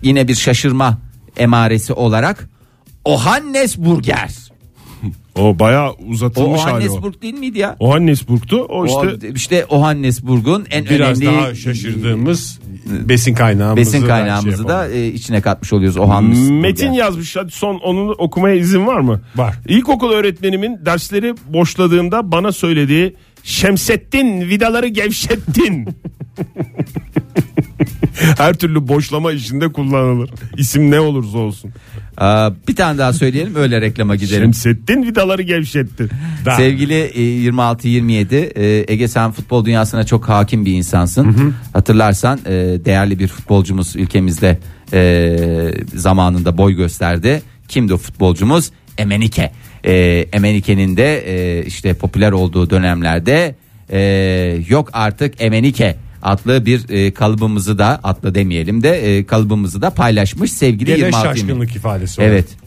[SPEAKER 4] yine bir şaşırma emaresi olarak Ohannes Burger.
[SPEAKER 5] O bayağı
[SPEAKER 4] O
[SPEAKER 5] uzatılmış hali o.
[SPEAKER 4] Ohannesburg değil miydi ya?
[SPEAKER 5] Ohannesburg'tu. O
[SPEAKER 4] O
[SPEAKER 5] işte
[SPEAKER 4] işte, Ohannesburg'un en
[SPEAKER 2] Biraz
[SPEAKER 4] önemli
[SPEAKER 2] daha şaşırdığımız besin kaynağımızı
[SPEAKER 4] besin
[SPEAKER 2] da şey
[SPEAKER 4] kaynağımızı
[SPEAKER 2] yapalım.
[SPEAKER 4] da e, içine katmış oluyoruz Ohannes.
[SPEAKER 5] Metin yazmış. Hadi son onu okumaya izin var mı?
[SPEAKER 2] Var.
[SPEAKER 5] İlkokul öğretmenimin dersleri boşladığımda bana söylediği Şemsettin vidaları gevşettin. (laughs) Her türlü boşlama işinde kullanılır. İsim ne olursa olsun.
[SPEAKER 4] bir tane daha söyleyelim öyle reklama gidelim.
[SPEAKER 5] Şemsettin vidaları gevşetti. Da.
[SPEAKER 4] Sevgili e, 26-27 e, Ege sen futbol dünyasına çok hakim bir insansın. Hatırlarsan e, değerli bir futbolcumuz ülkemizde e, zamanında boy gösterdi. Kimdi o futbolcumuz? Emenike. E, Emenike'nin de e, işte popüler olduğu dönemlerde e, yok artık Emenike adlı bir e, kalıbımızı da adlı demeyelim de e, kalıbımızı da paylaşmış sevgili
[SPEAKER 2] Gene
[SPEAKER 4] 26
[SPEAKER 2] şaşkınlık ifadesi. oldu.
[SPEAKER 4] Evet.